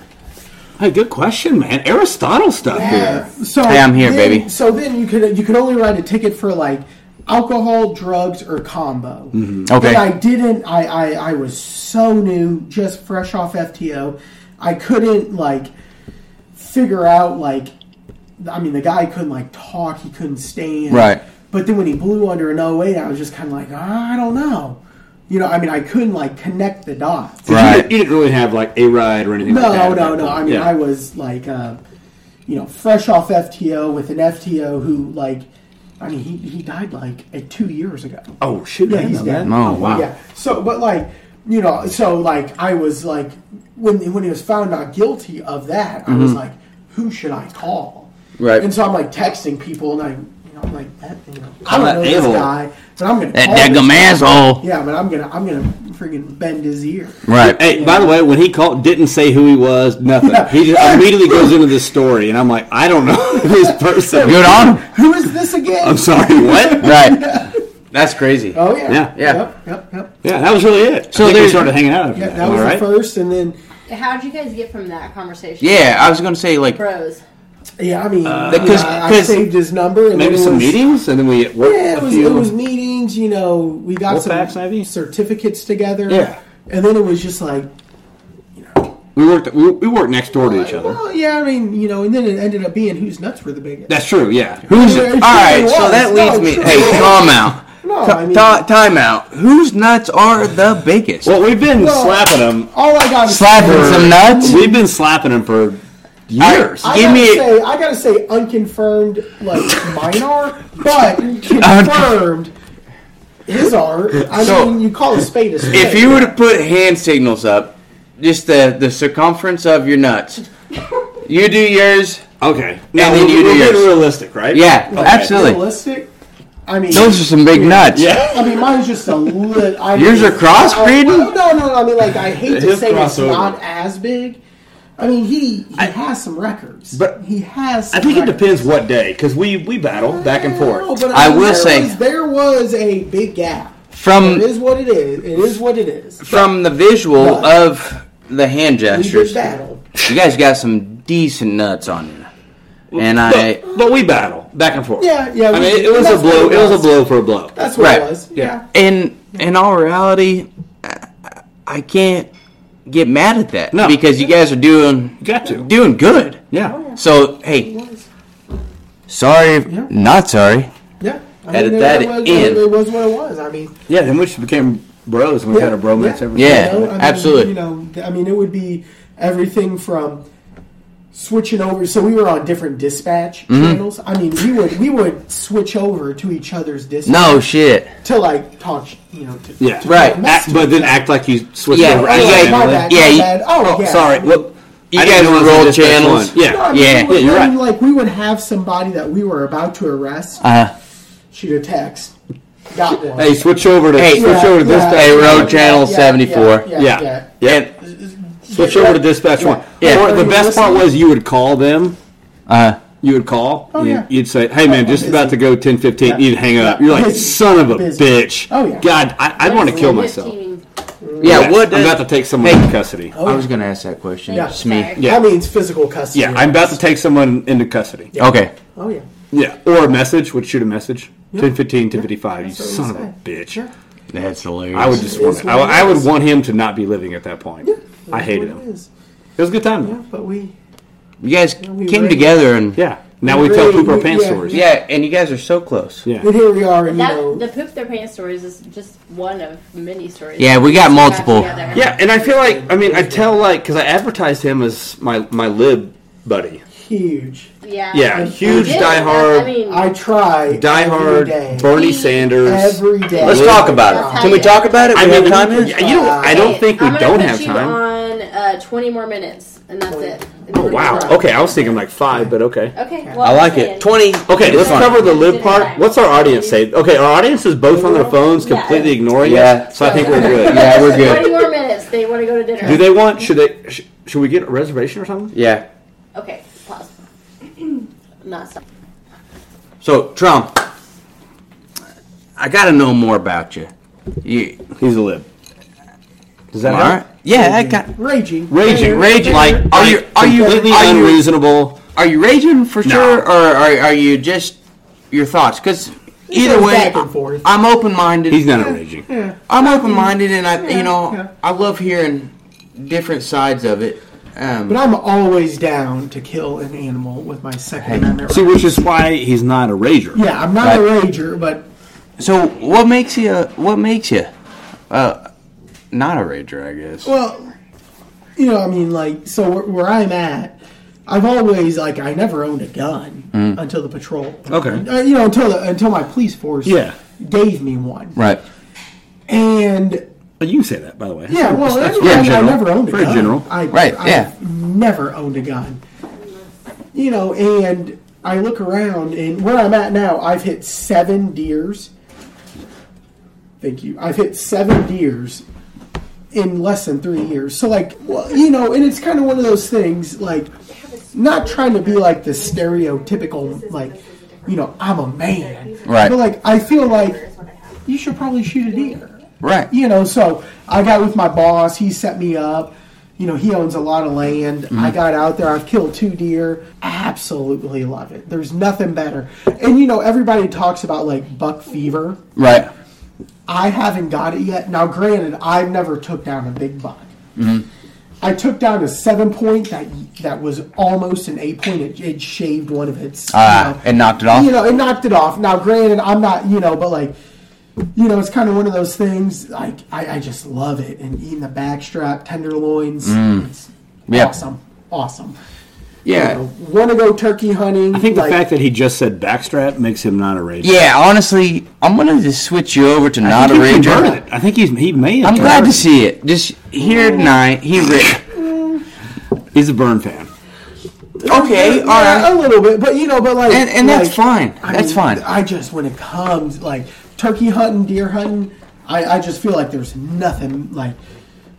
Hey, good question, man. Aristotle stuff here.
So
Hey, I'm here,
then-
baby.
So then you could you could only write a ticket for like alcohol, drugs, or combo.
Mm-hmm. Okay.
But I didn't. I, I I was so new, just fresh off FTO. I couldn't like figure out like. I mean, the guy couldn't like talk. He couldn't stand.
Right.
But then when he blew under an 08, I was just kind of like, "Ah, I don't know. You know, I mean, I couldn't like connect the dots.
You, (laughs)
Right.
didn't, you didn't really have like a ride or anything. like that
No,
at
no,
that
no.
point.
I mean,
Yeah.
I was like, uh, you know, fresh off FTO with an FTO who, like, I mean, he, he died like uh, two years ago.
Oh shit!
yeah,
I didn't
he's
know that.
dead.
Oh, wow.
Yeah. So, but like, you know, so like, I was like, when when he was found not guilty of that, I was like, who should I call?
Right.
And so I'm like texting people, and I, you know, I'm like, that, you know, I
Call
don't
that
know this
a-hole.
guy, but I'm gonna
That
call this
daggum
guy.
asshole.
Yeah, but I'm gonna I'm gonna freaking bend his ear.
Right.
Hey, by the way, when he called, didn't say who he was, nothing. He just immediately goes into this story, and I'm like, I don't know (laughs) this person.
Good
(laughs)
on him.
Who is this again?
I'm sorry, what?
Right. That's crazy.
Oh yeah.
Yeah.
Yeah.
Yep. Yep. Yep.
Yeah, that was really it. So I think we
there's-
started hanging out. After
Yeah,
that,
that was
am I
the
right?
first, and then
How'd you guys get from that conversation?
Yeah, I was gonna say like
Bros.
yeah, I mean,
the-
you
'cause-
know, I, I
'cause
saved his number, and
Uh, Maybe
then it
some
was,
meetings, and then we worked
Yeah,
a
it was,
few.
it was meetings. You know, we got
Wolf
some
packs, maybe?
certificates together.
Yeah.
and then it was just like,
we worked. We, we worked next door to each other.
well, yeah, I mean, you know, and then it ended up being whose nuts were the biggest.
That's true. Yeah. Who's
Yeah,
it?
it
All right,
sure
so that
was.
leads
No,
me.
sure
Hey,
was.
time out.
No, I mean-
Ti- time out. Whose nuts are the biggest?
Well, we've been
Well,
slapping him.
all I got.
Slapping some nuts.
We've been slapping him for years.
I
Give
gotta
me a-
say, I gotta say, unconfirmed, like minor,
(laughs)
but confirmed. His are. I
So-
mean, you call a spade a spade.
If you were to put hand signals up, just the the circumference of your nuts. You do yours.
okay. Now
then
we're,
you do
we're being
yours.
realistic, right?
Yeah,
Okay.
absolutely.
realistic, I mean,
Those are some big nuts.
Yeah.
I mean, mine's just a lit. I
Yours
mean,
are crossbreeding?
I- well, no, no, no. I mean, like, I hate to
His
say it's
crossover.
not as big. I mean, he he has some records,
But-
he has.
I
some
think it
records.
depends what day, because we we battle back and
No,
forth.
but
I
mean,
will
there
say-
was- there was a big gap.
Um,
It
From
is what it is. It is what it is.
from the visual
Nuts.
of the hand
We did
gestures,
battle.
you guys got some decent nuts on you. And I
But, but we battle back and forth.
Yeah, yeah,
I
we
mean,
did.
it was a
That's
blow.
what
It
it
was a
was.
blow for a blow.
That's what
Right.
it was.
Yeah.
Yeah.
in in all reality, I- I- I can't get mad at that
No.
because you guys are doing
Got to.
doing good.
Yeah.
So hey, sorry,
Yeah.
not sorry.
Yeah. I
Edit
it-
that
it was,
in.
It was what it was. I mean,
Yeah. Then we just became bros, and we
Yeah,
had a bromance
yeah.
ever
Yeah.
since.
I mean,
absolutely.
You know, th- I mean, it would be everything from switching over. So we were on different dispatch
Mm-hmm.
channels. I mean, we would we would switch over to each other's dispatch
No shit.
to like talk. sh- You know, to,
Yeah.
to
Right.
mess
Act, but
with
then
each
act like you switched
Yeah.
over.
other. Oh,
Yeah,
yeah, my
you-
bad,
yeah,
my
you-
bad. Oh,
Oh,
yeah.
sorry.
I mean,
Well,
You
I
guys
didn't realize
roll
this was
channels.
one. Yeah.
no, I mean,
yeah,
we would,
yeah, you're
I mean,
right.
Like we would have somebody that we were about to arrest.
Uh,
Shoot a text. Got one.
Hey, switch over to
Hey,
switch
yeah,
over to this.
yeah. Hey, road channel 74.
Yeah.
Yeah.
yeah.
and,
Switch over to dispatch one.
Yeah.
Or the
Are you
best part
listening?
was you would call them.
uh,
You would call.
Oh,
you'd,
yeah.
you'd say, "Hey, man, just
busy.
about to go 10, 15.
Yeah.
You'd hang up. You're like,
Busy.
"Son of a
Busy.
bitch!
Oh, yeah.
God, I, I'd want to kill
Teaming.
myself."
yeah. What?
I'm
does-
about to take someone
Hey.
into custody.
Oh,
I was gonna ask that question.
Yeah.
It's me.
Sorry.
Yeah.
That means physical custody.
Yeah, I'm about to take someone into custody.
Okay.
Oh yeah.
Yeah, or a message would shoot a message. 10, 15, 10, 55. You
That's what we
son of a
say.
bitch!
Sure.
That's hilarious.
I would just
It is
want. I,
what it
I would
is.
want him to not be living at that point. I
That's
hated
what it
him.
is.
It was a good time.
Yeah,
though.
but we.
You guys
we
came
were-
together and
Yeah. Now we
Really,
tell poop our
we-
pants
yeah.
stories.
yeah, and you guys are so close.
Yeah.
(laughs) But here we are, and you know,
That, the poop their pants stories is just one of many stories.
Yeah, we got
Back
multiple.
together.
Yeah, and I feel like I mean I tell like because I advertised him as my my lib buddy.
huge.
yeah,
Yeah, huge
Yeah,
diehard,
I mean,
I try. every day.
diehard Bernie
He-
Sanders.
Every day.
Let's talk about it.
That's
Can
how
we
you-
talk about it?
I
we
mean,
have time. in?
yeah, you know, I don't think we
I'm gonna
don't
put
have
you
time.
On uh, twenty more minutes, and that's it. And
Oh
we're
wow.
done.
Okay, I was thinking like five, but okay.
Okay. Well,
I
I'm
like
saying-
it. Twenty.
Okay, let's
fine.
cover the lib part. What's our audience say? Okay, our audience is both on their phones, completely ignoring
Yeah.
us, so I think we're good.
Yeah, we're
Twenty
good.
more minutes. They want to go to dinner.
Do they want? Should they? Sh- should we get a reservation or something?
Yeah.
Okay. Pause. (clears throat) Not stop.
So Trump, I gotta know more about you. You,
He's a lib. Does that
all
help?
right? Yeah, that kind.
Raging.
Raging,
Raging.
Like, are you are you completely
are you-
unreasonable?
Are you raging for sure, or are, are you just your thoughts? Because either
goes
way,
back and forth.
I'm open minded.
He's not raging.
I'm open minded, and I, you know,
yeah.
I love hearing different sides of it.
But
Um,
I'm always down to kill an animal with my Second Amendment.
See,
right.
which is why he's not a rager.
Yeah, I'm not a rager, but
so, what makes you? What makes you? Uh, not a rager, I guess.
well, you know, I mean, like, so where, where I'm at, I've always like I never owned a gun
Mm.
until the patrol.
Okay.
Uh, you know, until the, until my police force
Yeah.
gave me one.
right.
And
But you say that, by the way.
Yeah, well, that's,
very
I,
general.
never owned a
Very
gun.
general.
I,
Right,
I
yeah.
never owned a gun. You know, and I look around, and where I'm at now, I've hit seven deers. Thank you. I've hit seven deers in less than three years. So, like, well, you know, and it's kind of one of those things, like, not trying to be like the stereotypical, like, you know, I'm a man.
Right.
But, like, I feel like you should probably shoot a deer
Right.
you know so i got with my boss he set me up you know he owns a lot of land i got out there i've killed two deer absolutely love it there's nothing better and you know everybody talks about like buck fever
Right.
i haven't got it yet now granted i've never took down a big buck
Mm-hmm.
i took down a seven point that that was almost an eight point it, it shaved one of its
Ah,
you know,
and knocked it off.
you know, it knocked it off. Now, granted, I'm not, you know, but like, you know, it's kind of one of those things. Like, I, I just love it, and eating the backstrap, tenderloins, it's
Mm. Yeah.
awesome, awesome.
yeah.
want to go turkey hunting?
I think the fact that he just said backstrap makes him not a rager.
Yeah, honestly, I'm gonna just switch you over to not a
I think he
ranger.
converted it. I think he's he may. Have
I'm
converted
glad to
it.
see it. Just here tonight,
(coughs)
he ra-
He's a burn fan.
Okay, all
yeah,
right,
a little bit, but you know, but like,
and, and that's
like,
fine.
I
That's
mean,
fine.
I just when it comes like turkey hunting, deer hunting, I, I just feel like there's nothing like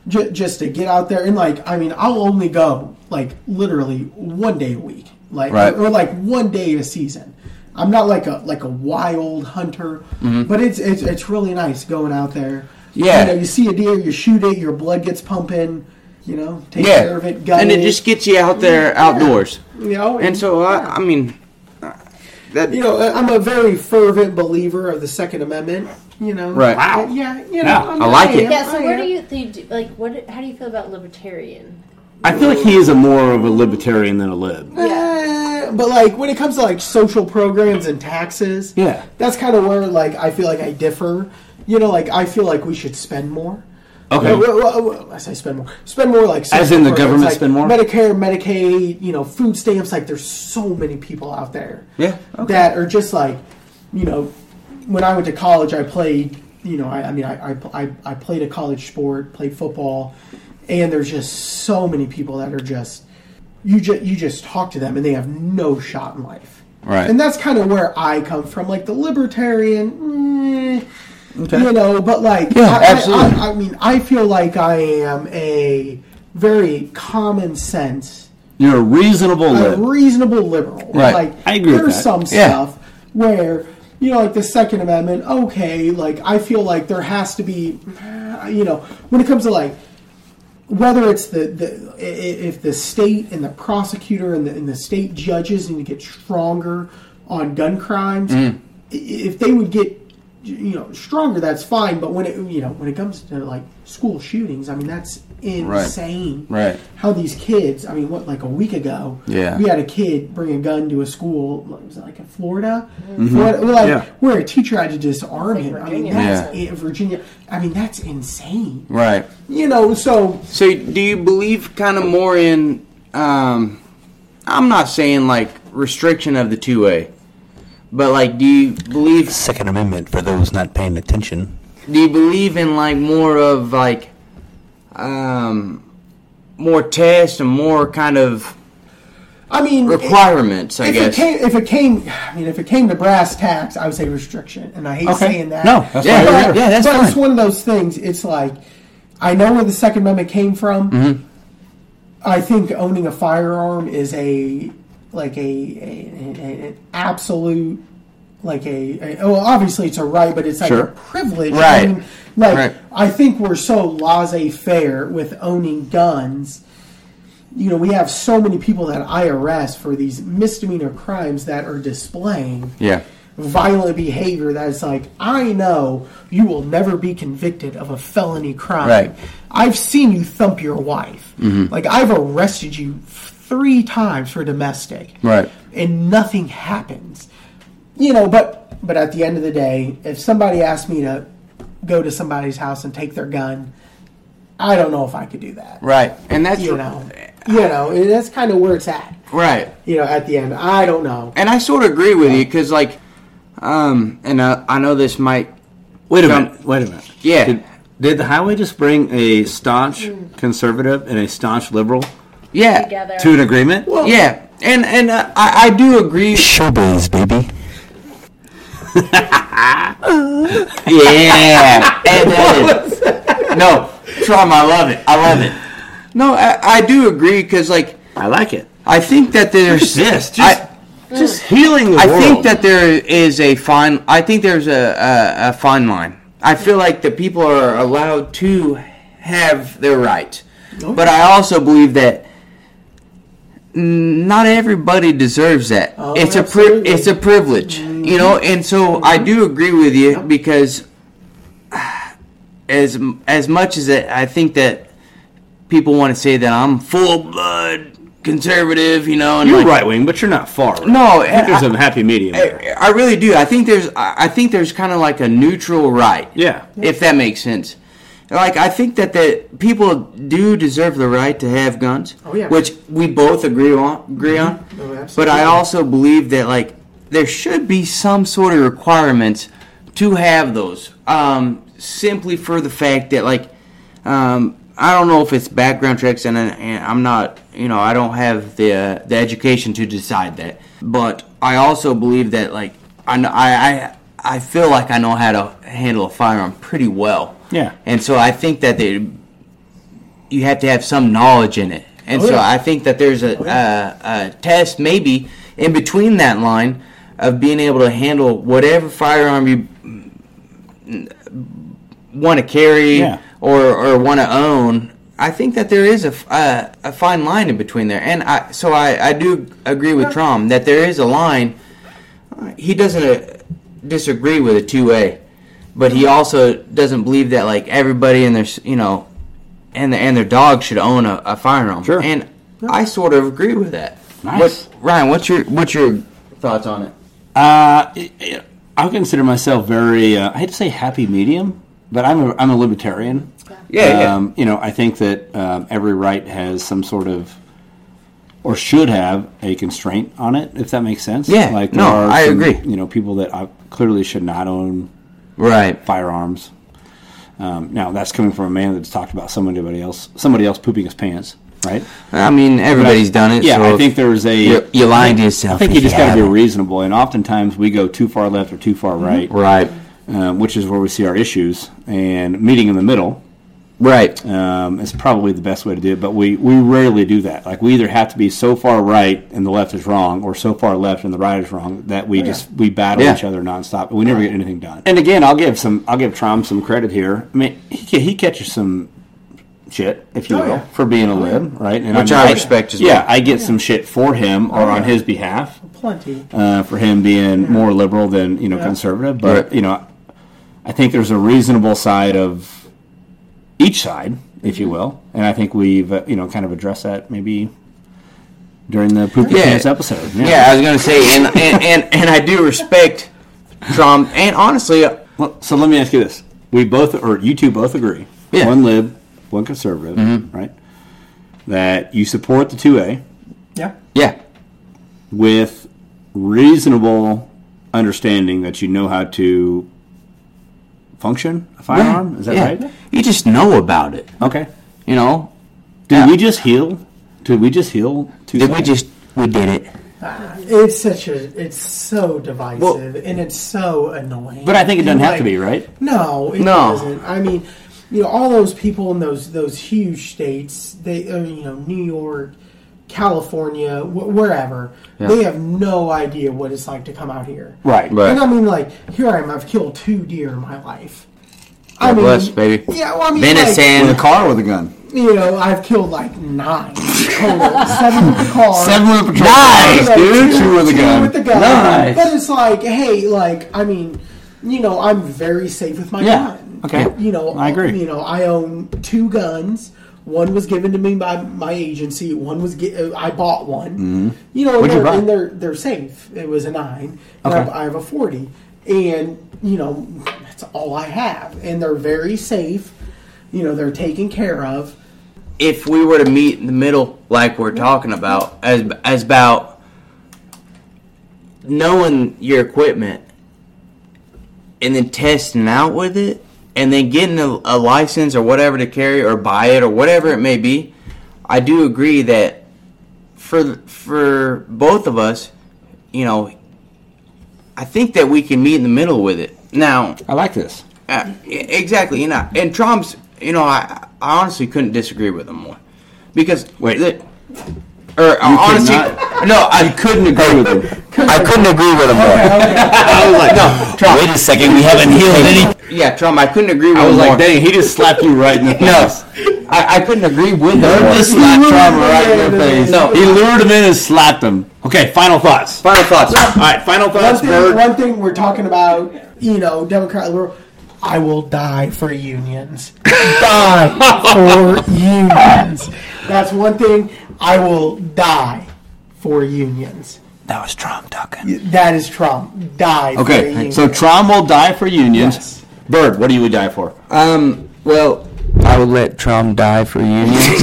j- just to get out there and like I mean I'll only go like literally one day a week, like
Right.
or, like one day a season. I'm not like a like a wild hunter, but it's it's it's really nice going out there.
Mm-hmm. Yeah.
you, know, you see a deer, you shoot it, your blood gets pumping. You know, take care
Yeah,
of it, gut
and it just gets you out there outdoors.
you know,
And so I, I mean, that
you know, I'm a very fervent believer of the Second Amendment. You know, Uh,
Right.
Wow.
Yeah, you know,
Yeah,
I'm-
I like
I
it.
am-
Yeah. So
I
where
am.
do you think? Like, what? How do you feel about libertarian?
I feel like he is a more of a libertarian than a lib.
Eh, but like when it comes to like social programs and taxes,
Yeah.
that's kind of where like I feel like I differ. You know, like I feel like we should spend more.
Okay.
Uh, well, well, well, I say spend more. Spend more like social
As in the
programs,
government
like
spend more?
Medicare, Medicaid, you know, food stamps. Like there's so many people out there.
Yeah, okay.
That are just like, you know, when I went to college, I played. You know, I, I mean, I, I I I played a college sport, played football, and there's just so many people that are just you just you just talk to them and they have no shot in life.
Right.
And that's kind of where I come from, like the libertarian, eh, you know. But like,
Yeah,
I, I-
absolutely.
I, I, mean, I feel like I am a very common sense,
You're a reasonable
a
lib.
reasonable liberal.
Right.
Like,
I agree with
There's
that.
some
Yeah.
stuff where you know, like the Second Amendment. Okay, like I feel like there has to be, you know, when it comes to like whether it's the, the i- i- if the state and the prosecutor and the, and the state judges need to get stronger on gun crimes,
Mm.
i if they would get you know stronger, that's fine. But when it you know when it comes to like school shootings, I mean that's insane.
Right.
How these kids? I mean, what like a week ago?
Yeah.
We had a kid bring a gun to a school. what Was it like in Florida? Florida like
Yeah.
where a teacher had to disarm him. I mean,
Virginia.
that's
Yeah.
in Virginia. I mean, that's insane.
right.
You know, so
So do you believe kind of more in? Um, I'm not saying like restriction of the two way, but like, do you believe
Second Amendment for those not paying attention.
do you believe in like more of like um more tests and more kind of
I mean,
requirements i
if
guess
it came, if it came, I mean, if it came to brass tacks, I would say restriction, and I hate saying that.
No, that's why
Yeah, yeah,
we're
but,
here.
yeah. that's
but it's
fine.
one of those things. It's like I know where the Second Amendment came from.
Mm-hmm.
I think owning a firearm is a like a, a, a- a- an absolute like a, a oh obviously it's a right, but it's like
Sure.
a privilege.
Right.
I mean, like
Right.
I think we're so laissez faire with owning guns. You know, we have so many people that I arrest for these misdemeanor crimes that are displaying
Yeah.
violent behavior that is like, I know you will never be convicted of a felony crime.
Right. Mm-hmm.
I've seen you thump your wife. Like, I've arrested you three times for domestic.
Right.
And nothing happens. You know, but but at the end of the day, if somebody asked me to go to somebody's house and take their gun, I don't know if I could do that.
Right. And
(laughs)
that's
You know. You know, and that's kind of where it's at.
Right.
You know, at the end, I don't know.
And I sort of agree with you because, like, um, and I, I know this might.
Wait a
Come-
minute. Wait a minute.
Yeah.
Did, did the highway just bring a staunch conservative and a staunch liberal
Yeah.
together.
to an agreement?
Yeah. And and uh, I I do
(laughs)
agree.
Showbiz, baby.
Yeah. and that is- (laughs) no, Tom, I love it. I love it. No, I, I do agree because, like,
I like it.
I think that there's
This just
I-
just healing the
I
world.
think that there is a fine. I think there's a, a, a fine line. I feel like the people are allowed to have their right, but I also believe that n- not everybody deserves that.
Oh,
it's a pri-
absolutely.
it's a privilege, you know.
Mm-hmm.
And so I do agree with you because as as much as that, I think that people want to say that I'm full blood conservative, you know, and
you're
like,
right wing, but you're not far. Right?
No,
I think
and
there's a happy medium there.
I I really do. I think there's I I think there's kind of like a neutral right.
Yeah.
If that makes sense. Like I think that the people do deserve the right to have guns,
Oh, yeah.
which we both agree on. Agree on.
Oh, absolutely.
but I also believe that like there should be some sort of requirements to have those, um, simply for the fact that like um, I don't know if it's background checks, and, uh, and I'm not, you know, I don't have the uh, the education to decide that. But I also believe that, like, I kn- I I, I feel like I know how to handle a firearm pretty well.
Yeah.
And so I think that they, you have to have some knowledge in it, and
Oh,
so
yeah.
I think that there's a, a, a test maybe in between that line of being able to handle whatever firearm you want to carry
Yeah.
or, or want to own. I think that there is a, f- uh, a fine line in between there, and I so I, I do agree with Trom that there is a line. Uh, He doesn't uh, disagree with a two way, but he also doesn't believe that like everybody and their s- you know, and the, and their dog should own a, a firearm.
Sure.
and I sort of agree with that.
Nice.
What, Ryan? What's your what's your thoughts on it?
Uh, it- it- I consider myself very. Uh, I hate to say happy medium, but I'm a, I'm a libertarian.
Uh,
um, You know, I think that um, every right has some sort of, or should have a constraint on it, if that makes sense.
Yeah,
there
no,
are
I agree.
You know, people that uh clearly should not own
right.
firearms. Um, now that's coming from a man that's talked about somebody else, somebody else pooping his pants, right?
I mean, everybody's done it.
Yeah,
so
I think there's a.
you're, you're lying to yourself.
I think you
if
just got to be
haven't.
reasonable, and oftentimes we go too far left or too far right,
Right.
um, which is where we see our issues. And meeting in the middle
Right.
um, is probably the best way to do it. But we we rarely do that. Like we either have to be so far right and the left is wrong, or so far left and the right is wrong that we just we battle
Yeah.
each other nonstop, and we never get anything done. Oh, And again, I'll give some I'll give Trump some credit here. I mean, he ca- he catches some. Shit, if you
Oh,
will,
yeah.
for being a lib, right? And
Which
I'm-
I respect as
yeah,
well.
I get some shit for him or on
yeah.
his behalf
Plenty.
uh, for him being more liberal than you know conservative. But
Right.
you know, I think there's a reasonable side of each side, if you will, and I think we've uh, you know kind of addressed that maybe during the poop Your
Yeah.
pants episode.
Yeah, I was gonna say, and and, and, and I do respect Trump, and honestly, uh,
Well, so let me ask you this: We both, or you two, both agree.
Yeah.
One lib, one conservative, right? That you support the two A
Yeah.
yeah,
with reasonable understanding that you know how to function a firearm. Is that
yeah.
right?
You just know about it,
Okay.
you know.
Did
Yeah.
we just heal? Did we just heal? Two
Did we just we did it?
It's such a. It's so divisive,
Well-
and it's so annoying.
But I think it doesn't
And,
have to
like,
be, right?
No, it
No.
doesn't. I mean, you know, all those people in those those huge states. They, uh, you know, New York, California, wh- wherever, they have no idea what it's like to come out here.
Right.
Right.
And I mean, like here I am. I've killed two deer in my life. I
God bless, baby.
Yeah, well, I mean, like,
Venison.
With a car or with a gun?
you know, I've killed like nine
(laughs)
total, seven with the car,
with a patrol.
Nice,
car.
dude.
Two with a gun.
with the gun.
Nice.
But it's like, hey, like I mean, you know, I'm very safe with my
Yeah.
gun.
Okay.
You know,
I agree.
You know, I own two guns. One was given to me by my agency. One was gi- uh, I bought one. You
Mm-hmm. What'd
know, and,
you
they're,
buy?
and they're they're safe. It was a nine. And I have- I have a forty, and you know that's all I have. And they're very safe. You know, they're taken care of.
if we were to meet in the middle, like we're talking about, as as about knowing your equipment and then testing out with it, and then getting a, a license or whatever to carry or buy it or whatever it may be, I do agree that for for both of us, you know, I think that we can meet in the middle with it. Now,
I like this.
uh, exactly. You know, and Trump's. You know, I, I honestly couldn't disagree with him more because
Wait.
the- or uh, honestly,
cannot-
no, I
Couldn't agree with him.
I couldn't agree with him more.
I was like, no, Trump.
Wait a second, we haven't healed any.
Yeah, Trump. I couldn't agree with
I was
him
like,
more.
dang, he just slapped you right in the face.
No, I, I couldn't agree with him. more.
Nervous slap trauma right in your face.
No,
He lured him in and slapped him. Okay, final thoughts.
final thoughts.
All right, final
One
thoughts,
thing,
Bird.
one thing we're talking about, you know, Democrat, liberal. I will die for unions. die for unions. That's one thing. I will die for unions.
That was Trump talking.
That is Trump. Die for
Okay,
unions.
so Trom will die for unions.
Yes.
Bird, what do you would die for?
Um, well, I will let Trump die
(laughs)
for unions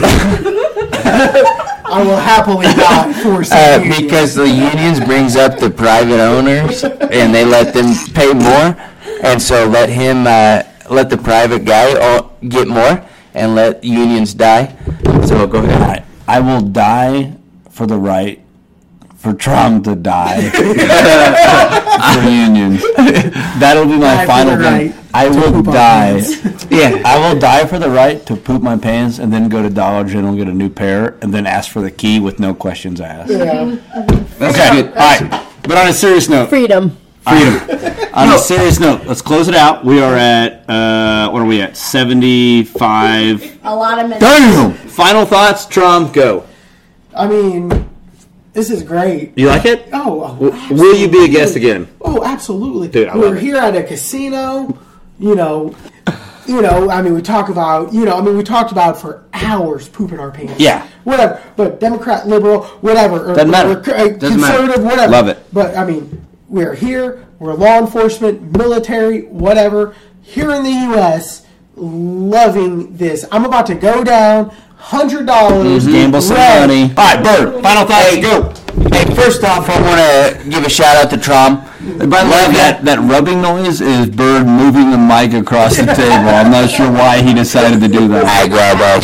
I will happily die for some
uh,
unions.
because the unions brings up the private owners and they let them pay more, and so let him uh, let the private guy o- get more and let unions die. So go ahead.
I, I will die for the right for Trump to die (laughs) for unions. (laughs) That'll be my
Die for
final
the
thing.
right
I will
poop our
die. (laughs)
Yeah.
I will die for the right to poop my pants and then go to Dollar General get a new pair and then ask for the key with no questions asked.
Yeah.
Okay, all right.
But on a serious note,
Freedom.
On
No.
a serious note,
let's close it out. We are at uh, what are we at? Seventy-five.
A lot of minutes.
Final thoughts, Trom. Go.
I mean, this is great.
You like it?
Oh,
W- Will you be a guest again?
Oh, absolutely.
Dude, I love
We're
it.
here at a casino. You know, you know. I mean, we talk about. You know, I mean, we talked about for hours pooping our pants.
Yeah.
Whatever. But Democrat, liberal, whatever. Or,
Doesn't matter.
or, uh,
Doesn't matter.
conservative, whatever.
Love it.
But I mean, we're here. We're law enforcement, military, whatever. Here in the U.S., loving this. I'm about to go down. Hundred dollars.
Mm-hmm.
gamble some
red.
money.
All right, Bird. Final thoughts. Go.
Hey, first off, I want to give a shout out to Trump.
By the way, that, that rubbing noise is Bird moving the mic across the table. I'm not sure why he decided to do that.
I grab that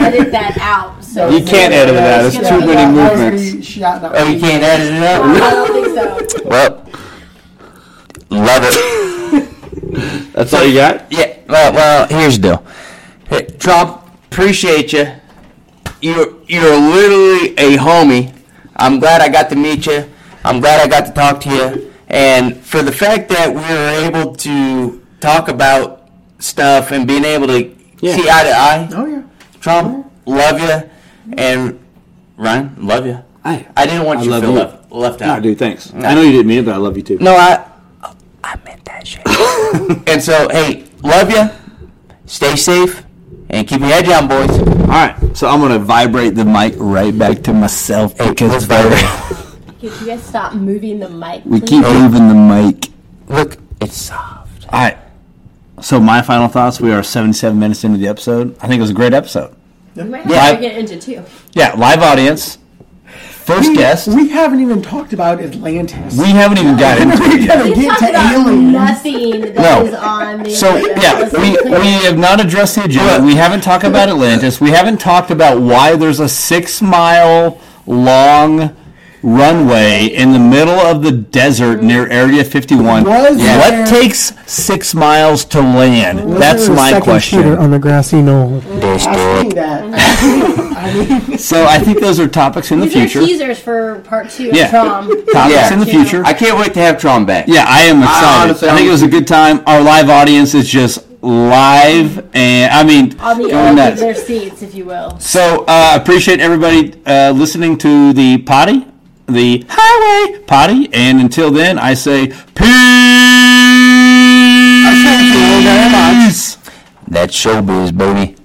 (laughs) Edit that out. So
You can't edit it out. There's
It's
too
gonna be
many
out.
I was
movements.
already shouting out-
Oh, you can't edit it out?
I don't think so.
Well, love it.
(laughs) That's all you got.
Yeah, well, well here's the deal. Hey, Trump,
Appreciate you. You're you're literally a homie.
I'm glad I got to meet you. I'm glad I got to talk to you. And for the fact that we were able to talk about stuff and being able to see eye to eye,
Oh yeah.
Trump, love you. And Ryan, love you.
I,
I didn't want you to
love
feel
you.
left, left out.
no, dude. Thanks. I know you didn't mean it, but I love you too.
No, I. I meant that shit. (laughs) and so, hey, love you. Stay safe and keep your head down, boys.
All right.
So I'm gonna vibrate the mic right back to myself because
Could you guys stop moving the mic?
we (laughs)
please?
keep moving the mic.
Look, it's soft.
All right. So my final thoughts. We are 77 minutes into the episode. I think it was a great episode.
We might have
I-
to get into two.
Yeah, live audience, first guest.
We haven't even talked about Atlantis.
We haven't even got into it
We're
yet.
gonna
We
get
talked
to
about
aliens.
nothing that is
No.
on the
So
agenda.
yeah,
Let's
we,
be clear.
we have not addressed the agenda. We haven't talked about Atlantis. We haven't talked about why there's a six mile long
runway in the middle of the desert near Area 51.
Was there-
What takes six miles to land?
Was
That's
there a
my
second shooter
question.
On the grassy knoll.
Bullshit.
Asking that. (laughs)
So I think those are topics in the
These are
future.
teasers for part two of
Yeah.
Trom.
Topics
Yeah.
in the future.
I can't wait to have Tron back.
Yeah, I am excited. I,
honestly-
think it was a good time. Our live audience is just live, and I mean,
On the
going
edge of
nuts.
their seats, if you will.
So uh, appreciate everybody uh, listening to the potty, the highway potty, and until then, I say peace.
That's showbiz, baby.